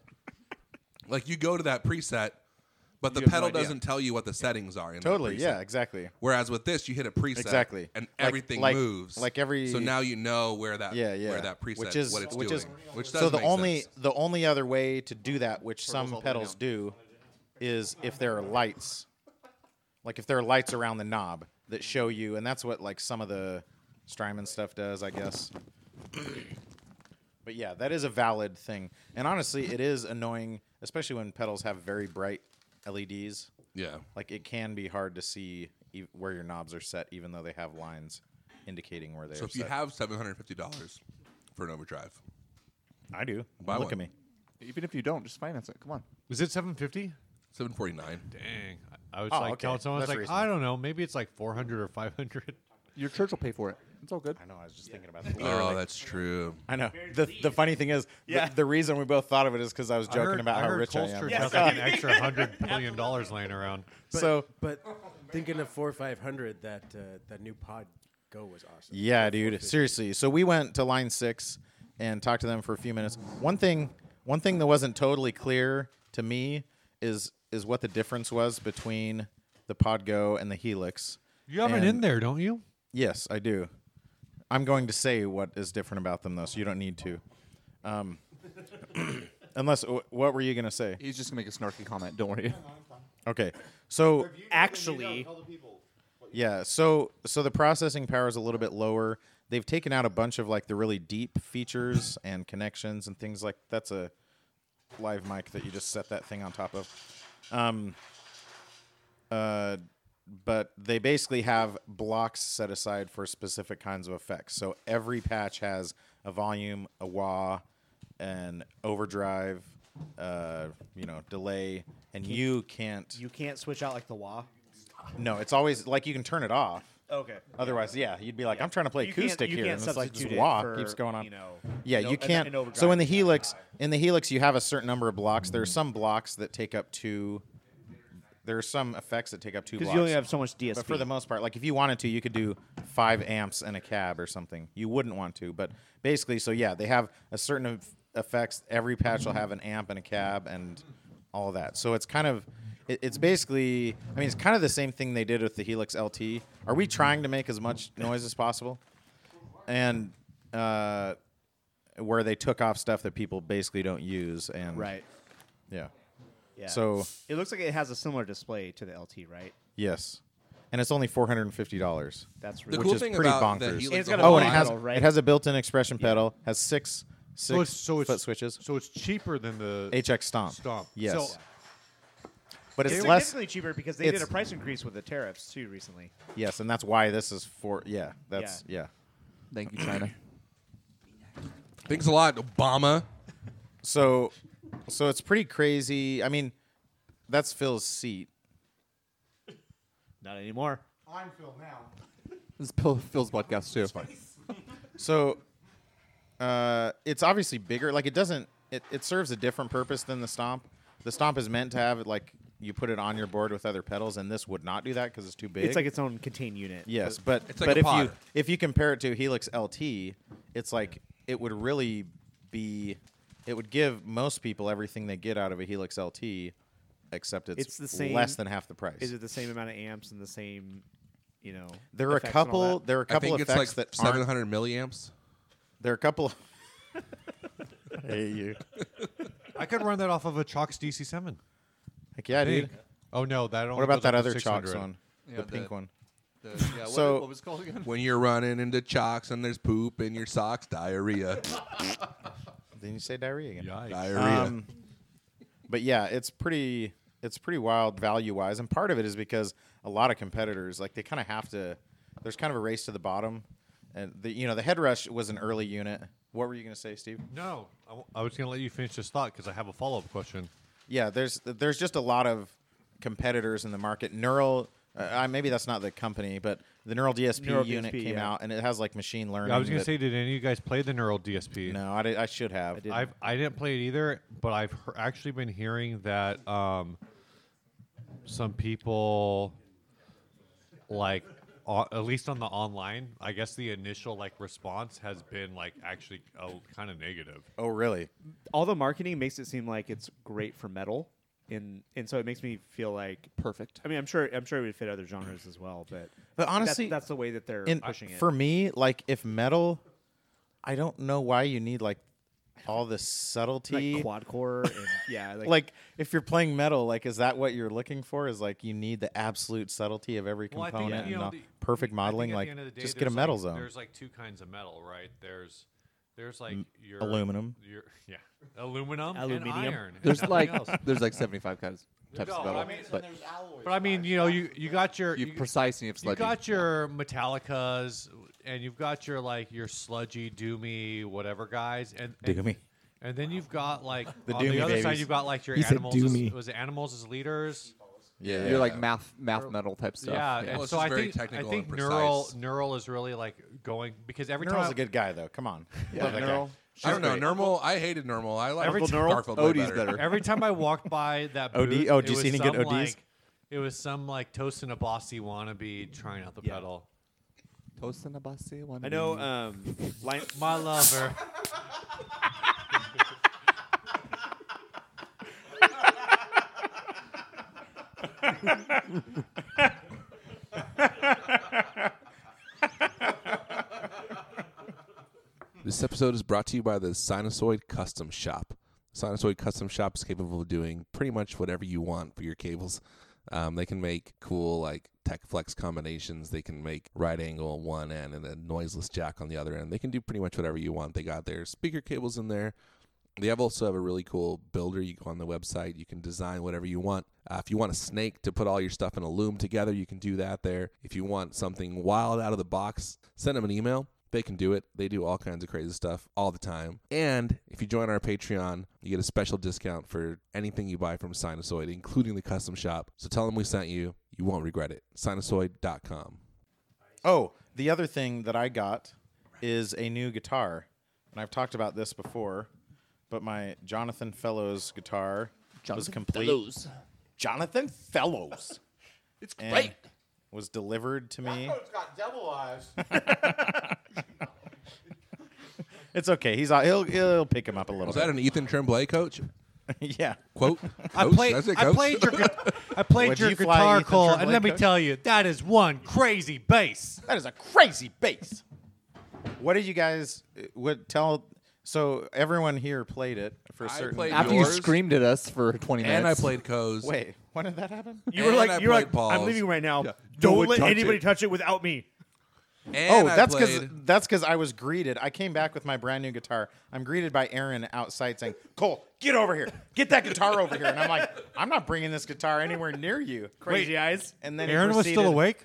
like you go to that preset, but the have no pedal idea. doesn't tell you what the settings are. In that Totally. preset. Yeah. Exactly. Whereas with this, you hit a preset Exactly. and Like- everything like- moves. like every- so now you know where that Yeah. Yeah. where that preset which is what it's which doing. is which so does the make only sense. the only other way to do that, which some all the way pedals down. do, is if there are lights, like if there are lights around the knob that show you, and that's what like some of the Strymon stuff does, I guess. But yeah, that is a valid thing, and honestly, it is annoying, especially when pedals have very bright LEDs. yeah. Like it can be hard to see e- where your knobs are set, even though they have lines indicating where they So are. if you set. have seven hundred fifty dollars for an overdrive, I do. Buy Look one. at me. Even if you don't, just finance it. Come on. Was it 750? seven forty nine. Dang. I I was Oh, like okay. telling someone, I That's was like, reasonable. I don't know, maybe it's like 400 or 500. Your church will pay for it. It's all good. I know. I was just thinking about that. Oh, that's true. I know. The, the funny thing is, Yeah. the, the reason we both thought of it is because I was joking I heard, about I how heard rich Coles I am. Church has like an extra $100 billion dollars laying around. So But thinking of four five hundred, that uh, that new Pod Go was awesome. yeah, dude, seriously. So we went to line six and talked to them for a few minutes. One thing, one thing that wasn't totally clear to me is is what the difference was between the Pod Go and the Helix. You have it And- in there, don't you? Yes, I do. I'm going to say what is different about them, though, so you don't need to. Um, unless, wh- what were you going to say? He's just gonna make a snarky comment. Don't worry. Okay, so Actually, Yeah, so so the processing power is a little bit lower. They've taken out a bunch of like the really deep features and connections and things like that's a live mic that you just set that thing on top of. Um uh but they basically have blocks set aside for specific kinds of effects. So every patch has a volume, a wah, an overdrive, uh, you know, delay, and you can't. you can't switch out like the wah. no, it's always like you can turn it off. Okay. Otherwise, yeah, you'd be like, I'm trying to play You can't- acoustic you here, can't and it's like just substitute it wah for, keeps going on. you know, yeah, no- you an- can't. an overdrive so in the or something. helix, in the helix, you have a certain number of blocks. Mm-hmm. There are some blocks that take up two. There are some effects that take up two Because blocks. you only have so much DSP. but for the most part, like if you wanted to, you could do five amps and a cab or something. You wouldn't want to, but basically, so yeah, they have a certain of effects. Every patch will have an amp and a cab and all of that. So it's kind of, it, it's basically, I mean, it's kind of the same thing they did with the Helix LT. Are we trying to make as much noise as possible? And uh, where they took off stuff that people basically don't use, and right. yeah. Yeah. So it looks like it has a similar display to the LT, right? yes, and it's only four hundred and fifty dollars. That's The really Which cool is thing pretty about the bonkers. Helix It's got a Oh, and it Vinyl, has right? it has a built-in expression pedal. Has six So six it's, so it's, foot switches. So it's cheaper than the HX Stomp. Stomp. Yes, So- but it's It's less. significantly cheaper because they did a it's- price increase with the tariffs too recently. Yes, and that's why this is for. Yeah, that's yeah. Thank you, China. Thanks a lot, Obama. So, so it's pretty crazy. I mean, that's Phil's seat. Not anymore. This is Phil, Phil's podcast too. So, uh, it's obviously bigger. Like it doesn't. It, it serves a different purpose than the stomp. The stomp is meant to have it like you put it on your board with other pedals, and this would not do that because it's too big. It's like its own contained unit. yes, but It's like but a if you pod. if you compare it to Helix LT, it's like it would really be. It would give most people everything they get out of a Helix LT, except it's, It's the same- less than half the price. Is it the same amount of amps and the same, you know? there are a effects and all couple. that? There are a I couple think it's effects like that aren't 700 milliamps. There are a couple. Of hey you. I could run that off of a Chalks DC7. Heck yeah, dude. Oh no, that. What about that other Chalks one? Yeah, the pink the- one. The, yeah, what, So- what was it called again? When you're running into chocks and there's poop in your socks, diarrhea, Then you say diarrhea again. diarrhea. Um, but yeah, it's pretty. It's pretty wild value wise, and part of it is because a lot of competitors like they kind of have to. There's kind of a race to the bottom, and the you know the head rush was an early unit. What were you gonna say, Steve? No, I, w- I was gonna let you finish this thought because I have a follow up question. Yeah, there's there's just a lot of competitors in the market. Neural, uh, I- maybe that's not the company, but the Neural DSP Neural unit DSP, came yeah. out and it has like machine learning. I was gonna that- say, did any of you guys play the Neural DSP? no, I, did- I should have. did. I've I didn't play it either, but I've he- actually been hearing that um, some people like o- at least on the online, I guess the initial like response has been like actually uh, kind of negative. Oh, really? all the marketing makes it seem like it's great for metal, and and so it makes me feel like perfect. I mean, I'm sure I'm sure it would fit other genres as well, but But that's- honestly, that's, the way that they're in- pushing it. for me, like if metal, I don't know why you need like all the subtlety. like quad core, and, yeah, like, Like, if you're playing metal, like is that what you're looking for? Is like you need the absolute subtlety of every Well, I think, component you and know, all- the- perfect I think modeling. at the Like end of the day, just get a there's, metal like- zone. There's like two kinds of metal, right? There's there's like your aluminum. your yeah, aluminum, Aluminum. and iron. and There's nothing like else. there's like 75 kinds types No, of metal, I mean- but But I mean, you know, you you got your you precise and you have you sledging. got your Metallicas, and you've got your like your sludgy, doomy, whatever guys, and, and Doomy. and then you've got like The on doomy the other side, babies. you've got like your He said animals. as- doomy. was it animals as leaders? Yeah, You're like math math metal type stuff. Yeah, and Well, it's so just I very think I technical think and neural precise. neural is really like going because every Neural's time a good guy though. Come on, Love that guy. Neural. I don't know. Normal. I hated normal. I like Every Darkfield time- way Odie's better. Every time I walked by that OD? booth, Oh, it do you was see any good some, ODs? Like, it was some like toasting a bossy wannabe trying out the Yeah. pedal. Toast and a basi, one I know. knee. Um, line, My lover. This episode is brought to you by the Sinusoid Custom Shop. Sinusoid Custom Shop is capable of doing pretty much whatever you want for your cables. Um, they can make cool like tech flex combinations. They can make right angle on one end and a noiseless jack on the other end. They can do pretty much whatever you want. They got their speaker cables in there. They have also have a really cool builder. You go on the website, you can design whatever you want. Uh, if you want a snake to put all your stuff in a loom together, you can do that there. If you want something wild out of the box, send them an email. They can do it. They do all kinds of crazy stuff all the time. And if you join our Patreon, you get a special discount for anything you buy from Sinusoid, including the custom shop. So tell them we sent you. You won't regret it. Sinusoid.com. Oh, the other thing that I got is a new guitar. And I've talked about this before, but my Jonathan Fellows guitar was complete. Jonathan Fellows. it's great. Was delivered to me. It's got double eyes. It's okay. He's uh, he'll he'll pick him up a little Was that an Ethan Tremblay coach? bit. yeah. Quote. I Coach? played. That's it, I coach? played your. gu- I played Would your you fly guitar, Ethan Cole, and Tremblay, let me coach? tell you, that is one crazy bass. That is a crazy bass. What did you guys uh, what tell so everyone here played it for a I certain played After you yours. screamed at us for 20 minutes, and I played Co's. Wait, when did that happen? you were And like, I you were played like, I'm balls. leaving right now. Yeah. No Don't one let touch anybody it." touch it without me. Oh, And I that's because played- that's because I was greeted. I came back with my brand new guitar. I'm greeted by Aaron outside saying, "Cole, get over here, get that guitar over here." And I'm like, "I'm not bringing this guitar anywhere near you." Crazy eyes. And then he Aaron was still proceeded- awake.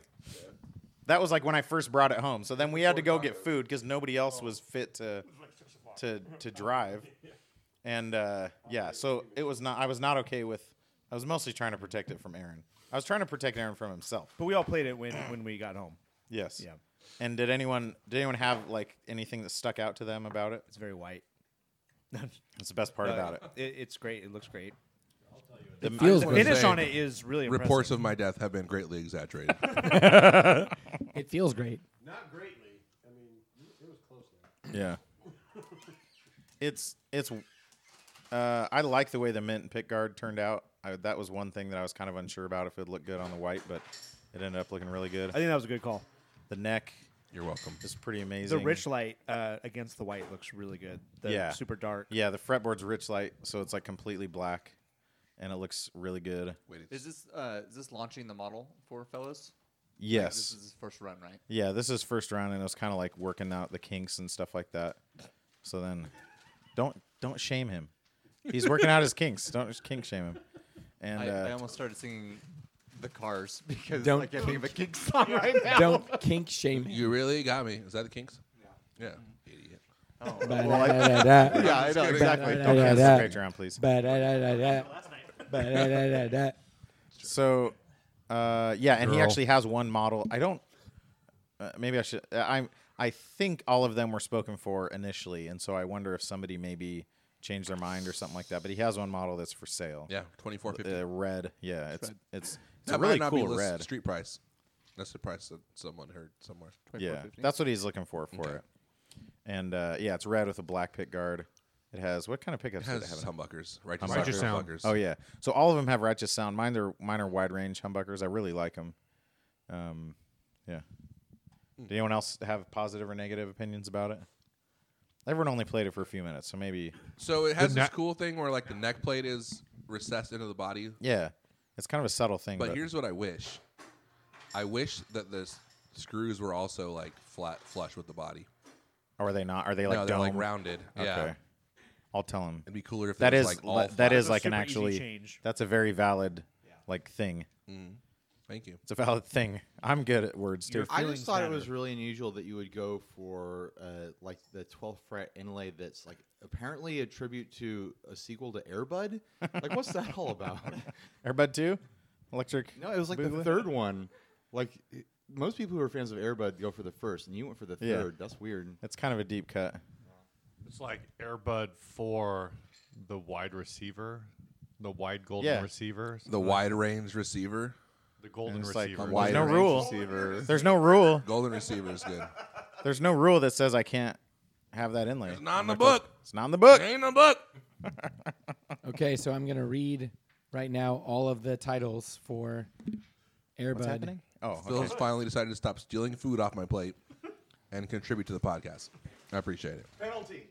That was like when I first brought it home. So then we had to go get food because nobody else was fit to to to drive. And uh, yeah, so it was not. I was not okay with. I was mostly trying to protect it from Aaron. I was trying to protect Aaron from himself. But we all played it when when we got home. Yes. Yeah. And did anyone did anyone have like anything that stuck out to them about it? It's very white. That's the best part about it. it. It's great. It looks great. It feels wanna good. say- Finish on it is really impressive. Reports of my death have been greatly exaggerated. It feels great. Not greatly. I mean, it was close. Yeah. it's it's. Uh, I like the way the mint and pick guard turned out. I, that was one thing that I was kind of unsure about if it looked good on the white, but it ended up looking really good. I think that was a good call. the neck You're welcome. is pretty The amazing. rich light uh, against the white looks really good. The Yeah. super dark. yeah, the fretboard's rich light, so it's like completely black, and it looks really good. Is this uh, is this launching the model for Fellas? Yes. This is his first run, right? yeah, this is first round, and it was kind of like working out the kinks and stuff like that. So then, don't don't shame him. He's working out his kinks. Don't kink shame him. And I, uh, I almost started singing the Cars because Don't- I can't think of a kick song right now. Don't kink shame him. You really got me. Is that the Kinks? Yeah. Yeah. Idiot. Ba-da-da-da-da. Yeah, I know exactly. don't cancel Yeah, that- the Patreon, please. Ba-da-da-da-da. Ba-da-da-da-da. So, uh, yeah, and he Girl. actually has one model. I don't. Uh, maybe I should. I I think all of them were spoken for initially, and so I wonder if somebody maybe changed their mind or something like that. But he has one model that's for sale. Yeah, twenty four fifty. uh, red. Yeah, it's it's it's that a really might not cool be list- red. street price. That's the price that someone heard somewhere. Yeah, that's what he's looking for for it. And uh, yeah, it's red with a black pick guard. It has what kind of pickups It does it has have? in it? humbuckers, righteous, Righteous sound. humbuckers. Oh yeah. So all of them have righteous sound. Mine are mine are wide range humbuckers. I really like them. Um, yeah. Hmm. Did anyone else have positive or negative opinions about it? Everyone only played it for a few minutes, so maybe So it has The this neck- cool thing where like the neck plate is recessed into the body. yeah, it's kind of a subtle thing. But, But here's what I wish. I wish that the s- screws were also like flat, flush with the body. or are they not? Are they like no, they're like dome? rounded. Yeah, I'll tell him. it'd be cooler if That it was is like le- all. that flat. is a like an super easy actually change. that's a very valid like thing. Thank you. It's a valid thing. I'm good at words too. I just feelings thought matter. it was really unusual that you would go for uh, like the 12th fret inlay that's like apparently a tribute to a sequel to Airbud. Like, what's that all about? Airbud two, electric. No, it was like the third one. Like, it- most people who are fans of Airbud go for the first, and you went for the Yeah. third. That's weird. That's kind of a deep cut. It's like Airbud for the wide receiver, the wide golden Yeah. receiver, The wide range receiver, the golden And it's like receiver. a wide no, range rule. Receiver. There's no rule. golden receiver is good. There's no rule that says I can't have that inlay. It's not in the I'm like, book. It's not in the book. Ain't no book. Okay, so I'm gonna read right now all of the titles for What's Airbud. happening? Oh, Phil has okay. finally decided to stop stealing food off my plate and contribute to the podcast. I appreciate it. Penalty.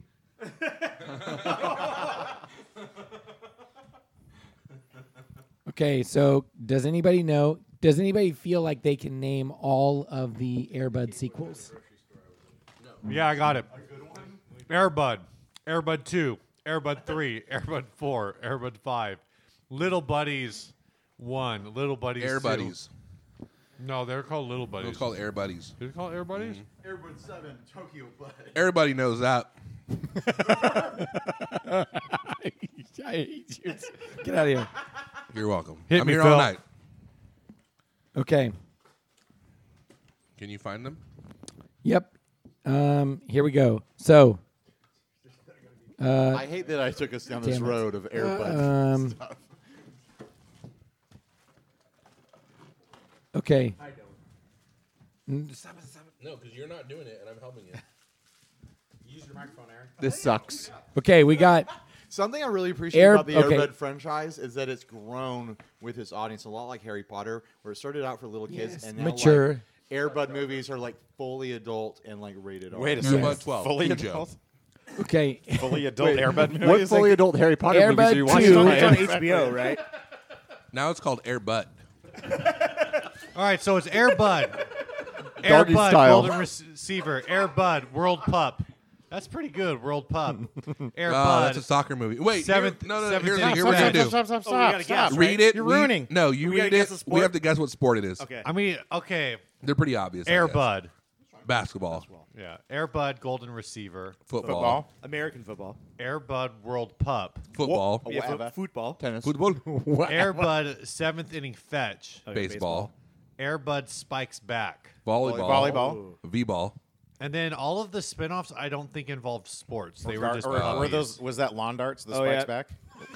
Okay, so does anybody know? Does anybody feel like they can name all of the Airbud sequels? Yeah, I got it. Airbud, Airbud two, Airbud three, Airbud four, Airbud five, Little Buddies one, Little Buddies Air two. buddies. No, they're called Little We'll Buddies. call it air buddies. Did it call Air Buddies? Mm-hmm. Everybody knows that. I hate you. Get out of here. You're welcome. Hit I'm me, here Phil. all night. Okay. Can you find them? Yep. Um, here we go. So, I hate that I took us down this Damn it. road of Airbud. um, okay. No, because you're not doing it, and I'm helping you. This sucks. Okay, we got Something I really appreciate Air- about the okay. Airbud franchise is that it's grown with its audience a lot like Harry Potter, where it started out for little kids and now mature. Like, Airbud movies are like fully adult and like rated R. Wait a Air second. Bud 12. Fully Cujo. adult. okay. Fully adult Airbud movie. What fully adult Harry Potter movies Airbud are you watching? two. It's on Ryan? HBO, right? Now it's called Air Bud. All right, so it's Airbud, Doggy Airbud style. golden receiver, Airbud World Pup. That's pretty good, World Pup. Oh, Airbud. that's a soccer movie. Wait, Seventh- here- no, no, seventh here's, inning. here's Stop, what you stop, do. stop, stop, Oh, we stop, gotta stop. guess, right? Read it. You're We- ruining. no, you We gotta read guess it. the sport? We have to guess what sport it is. Okay. I mean, okay, They're pretty obvious. I guess. Airbud. Basketball. Yeah, Airbud golden receiver, Football. American football. Airbud World Pup. Football. Yeah, fo- football. Football. Airbud seventh inning fetch. Okay, Baseball. Airbud Spikes Back. Volleyball. Volleyball. V-ball. And then all of the spin-offs I don't think involved sports. They were Or- just or- or were puppies. those? Was that lawn darts? The Oh, spikes yeah. back?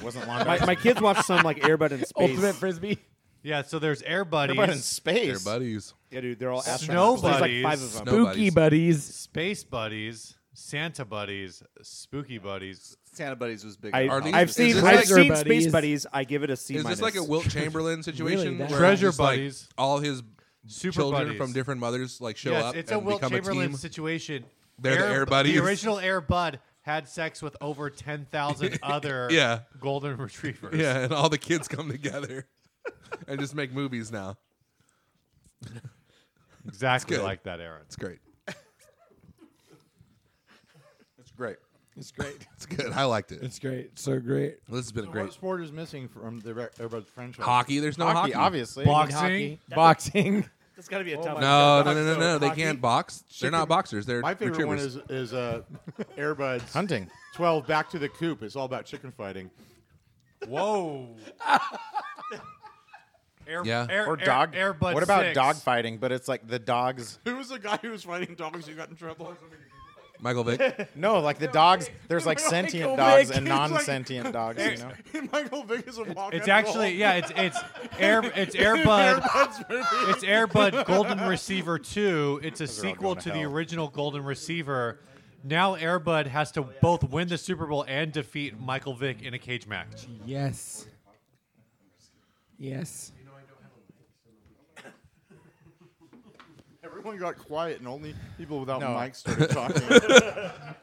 Wasn't lawn darts? my, my kids watch some like Airbud in space. Ultimate frisbee. Yeah, so there's Air Buddies, Everybody in space. They're buddies. Yeah, dude, they're all astronauts. Snow There's like buddies. five of them. Snow buddies. Spooky buddies. Space Buddies, Santa Buddies, Spooky Buddies. Santa Buddies was big. I, Are these- I've is seen this I've like- seen Buddies? Space Buddies. I give it a C Is minus. this like a Wilt Chamberlain situation? that- where Treasure just, like, buddies. all his Super children buddies. from different mothers like show yes, up it's a and Wilt become a Chamberlain team. situation. They're the Air Buddies. The original Air Bud had sex with over 10,000 other Yeah. golden retrievers. Yeah, and all the kids come together and just make movies now. Exactly It's good. like that, Aaron. It's great. it's great. It's great. It's good. I liked it. It's great. So great. this has been a What great. sport is missing from the Re- Airbud franchise? Hockey. There's no hockey. hockey, obviously. Boxing. Boxing. That's got to be Oh a tough. No, no, no, no, no. They can't box. They're not boxers. They're My favorite one retrievers. is is uh, Airbuds Hunting. Twelve Back to the Coop. It's all about chicken fighting. Whoa. Air, Yeah. Air, Or dog. Air, Air Bud what about six. dog fighting? But it's like the dogs. Who was the guy who was fighting dogs who got in trouble? Michael Vick. No, like the dogs. There's like sentient dogs and non-sentient dogs. You know. Michael Vick is a walk It's actually yeah, it's it's Air it's Airbud it's Airbud Golden Receiver 2. It's a all sequel going to, to the hell. original Golden Receiver. Now Airbud has to both win the Super Bowl and defeat Michael Vick in a cage match. Yes. Yes. Everyone got quiet and only people without No. mics started talking.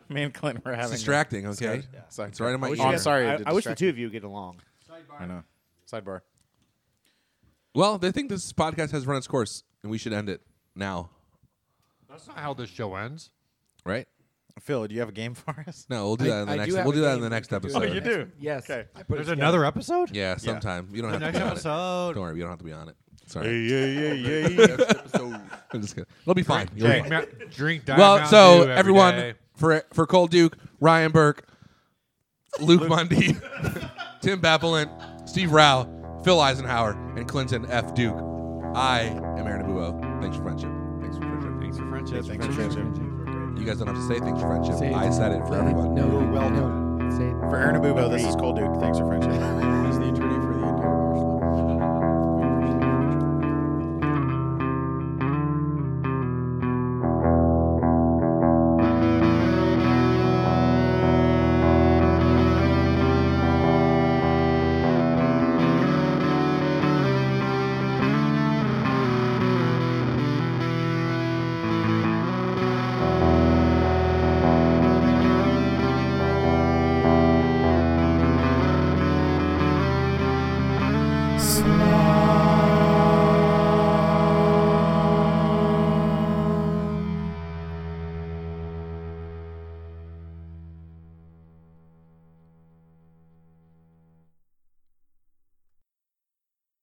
Me and Clint were having. It's distracting. Okay, Sorry. it's right in my Oh, ear. I'm sorry. I, to I wish the distract two you. of you would get along. I know. Sidebar. Well, they think this podcast has run its course, and we should end it now, That's not how this show ends. right? Phil, do you have a game for us? No, we'll do I- that in the I next. do have We'll a do that in game the we next can do. episode. Oh, you do. Yes. Okay. I put it There's together. another episode? Yeah, sometime you don't The have to next be on it. episode. Don't worry, you don't have to be on it. Sorry, yeah, yeah, yeah. I'm just kidding. It'll be fine. You'll be Drink, fine. ma- drink Diet Well, Mountain Dew so every everyone day. for for Cole Duke, Ryan Burke, Luke Mundy, Tim Bappelin, Steve Rao, Phil Eisenhower, and Clinton F. Duke. I am Aaron Abuo. Thanks for friendship. Thanks for friendship. Thanks for friendship. Thanks for friendship. You guys don't have to say thanks for friendship. Say it. I said it for everyone. No, no. Say it. For Aaron Abubo, this is Cole Duke. Thanks for friendship. He's the attorney for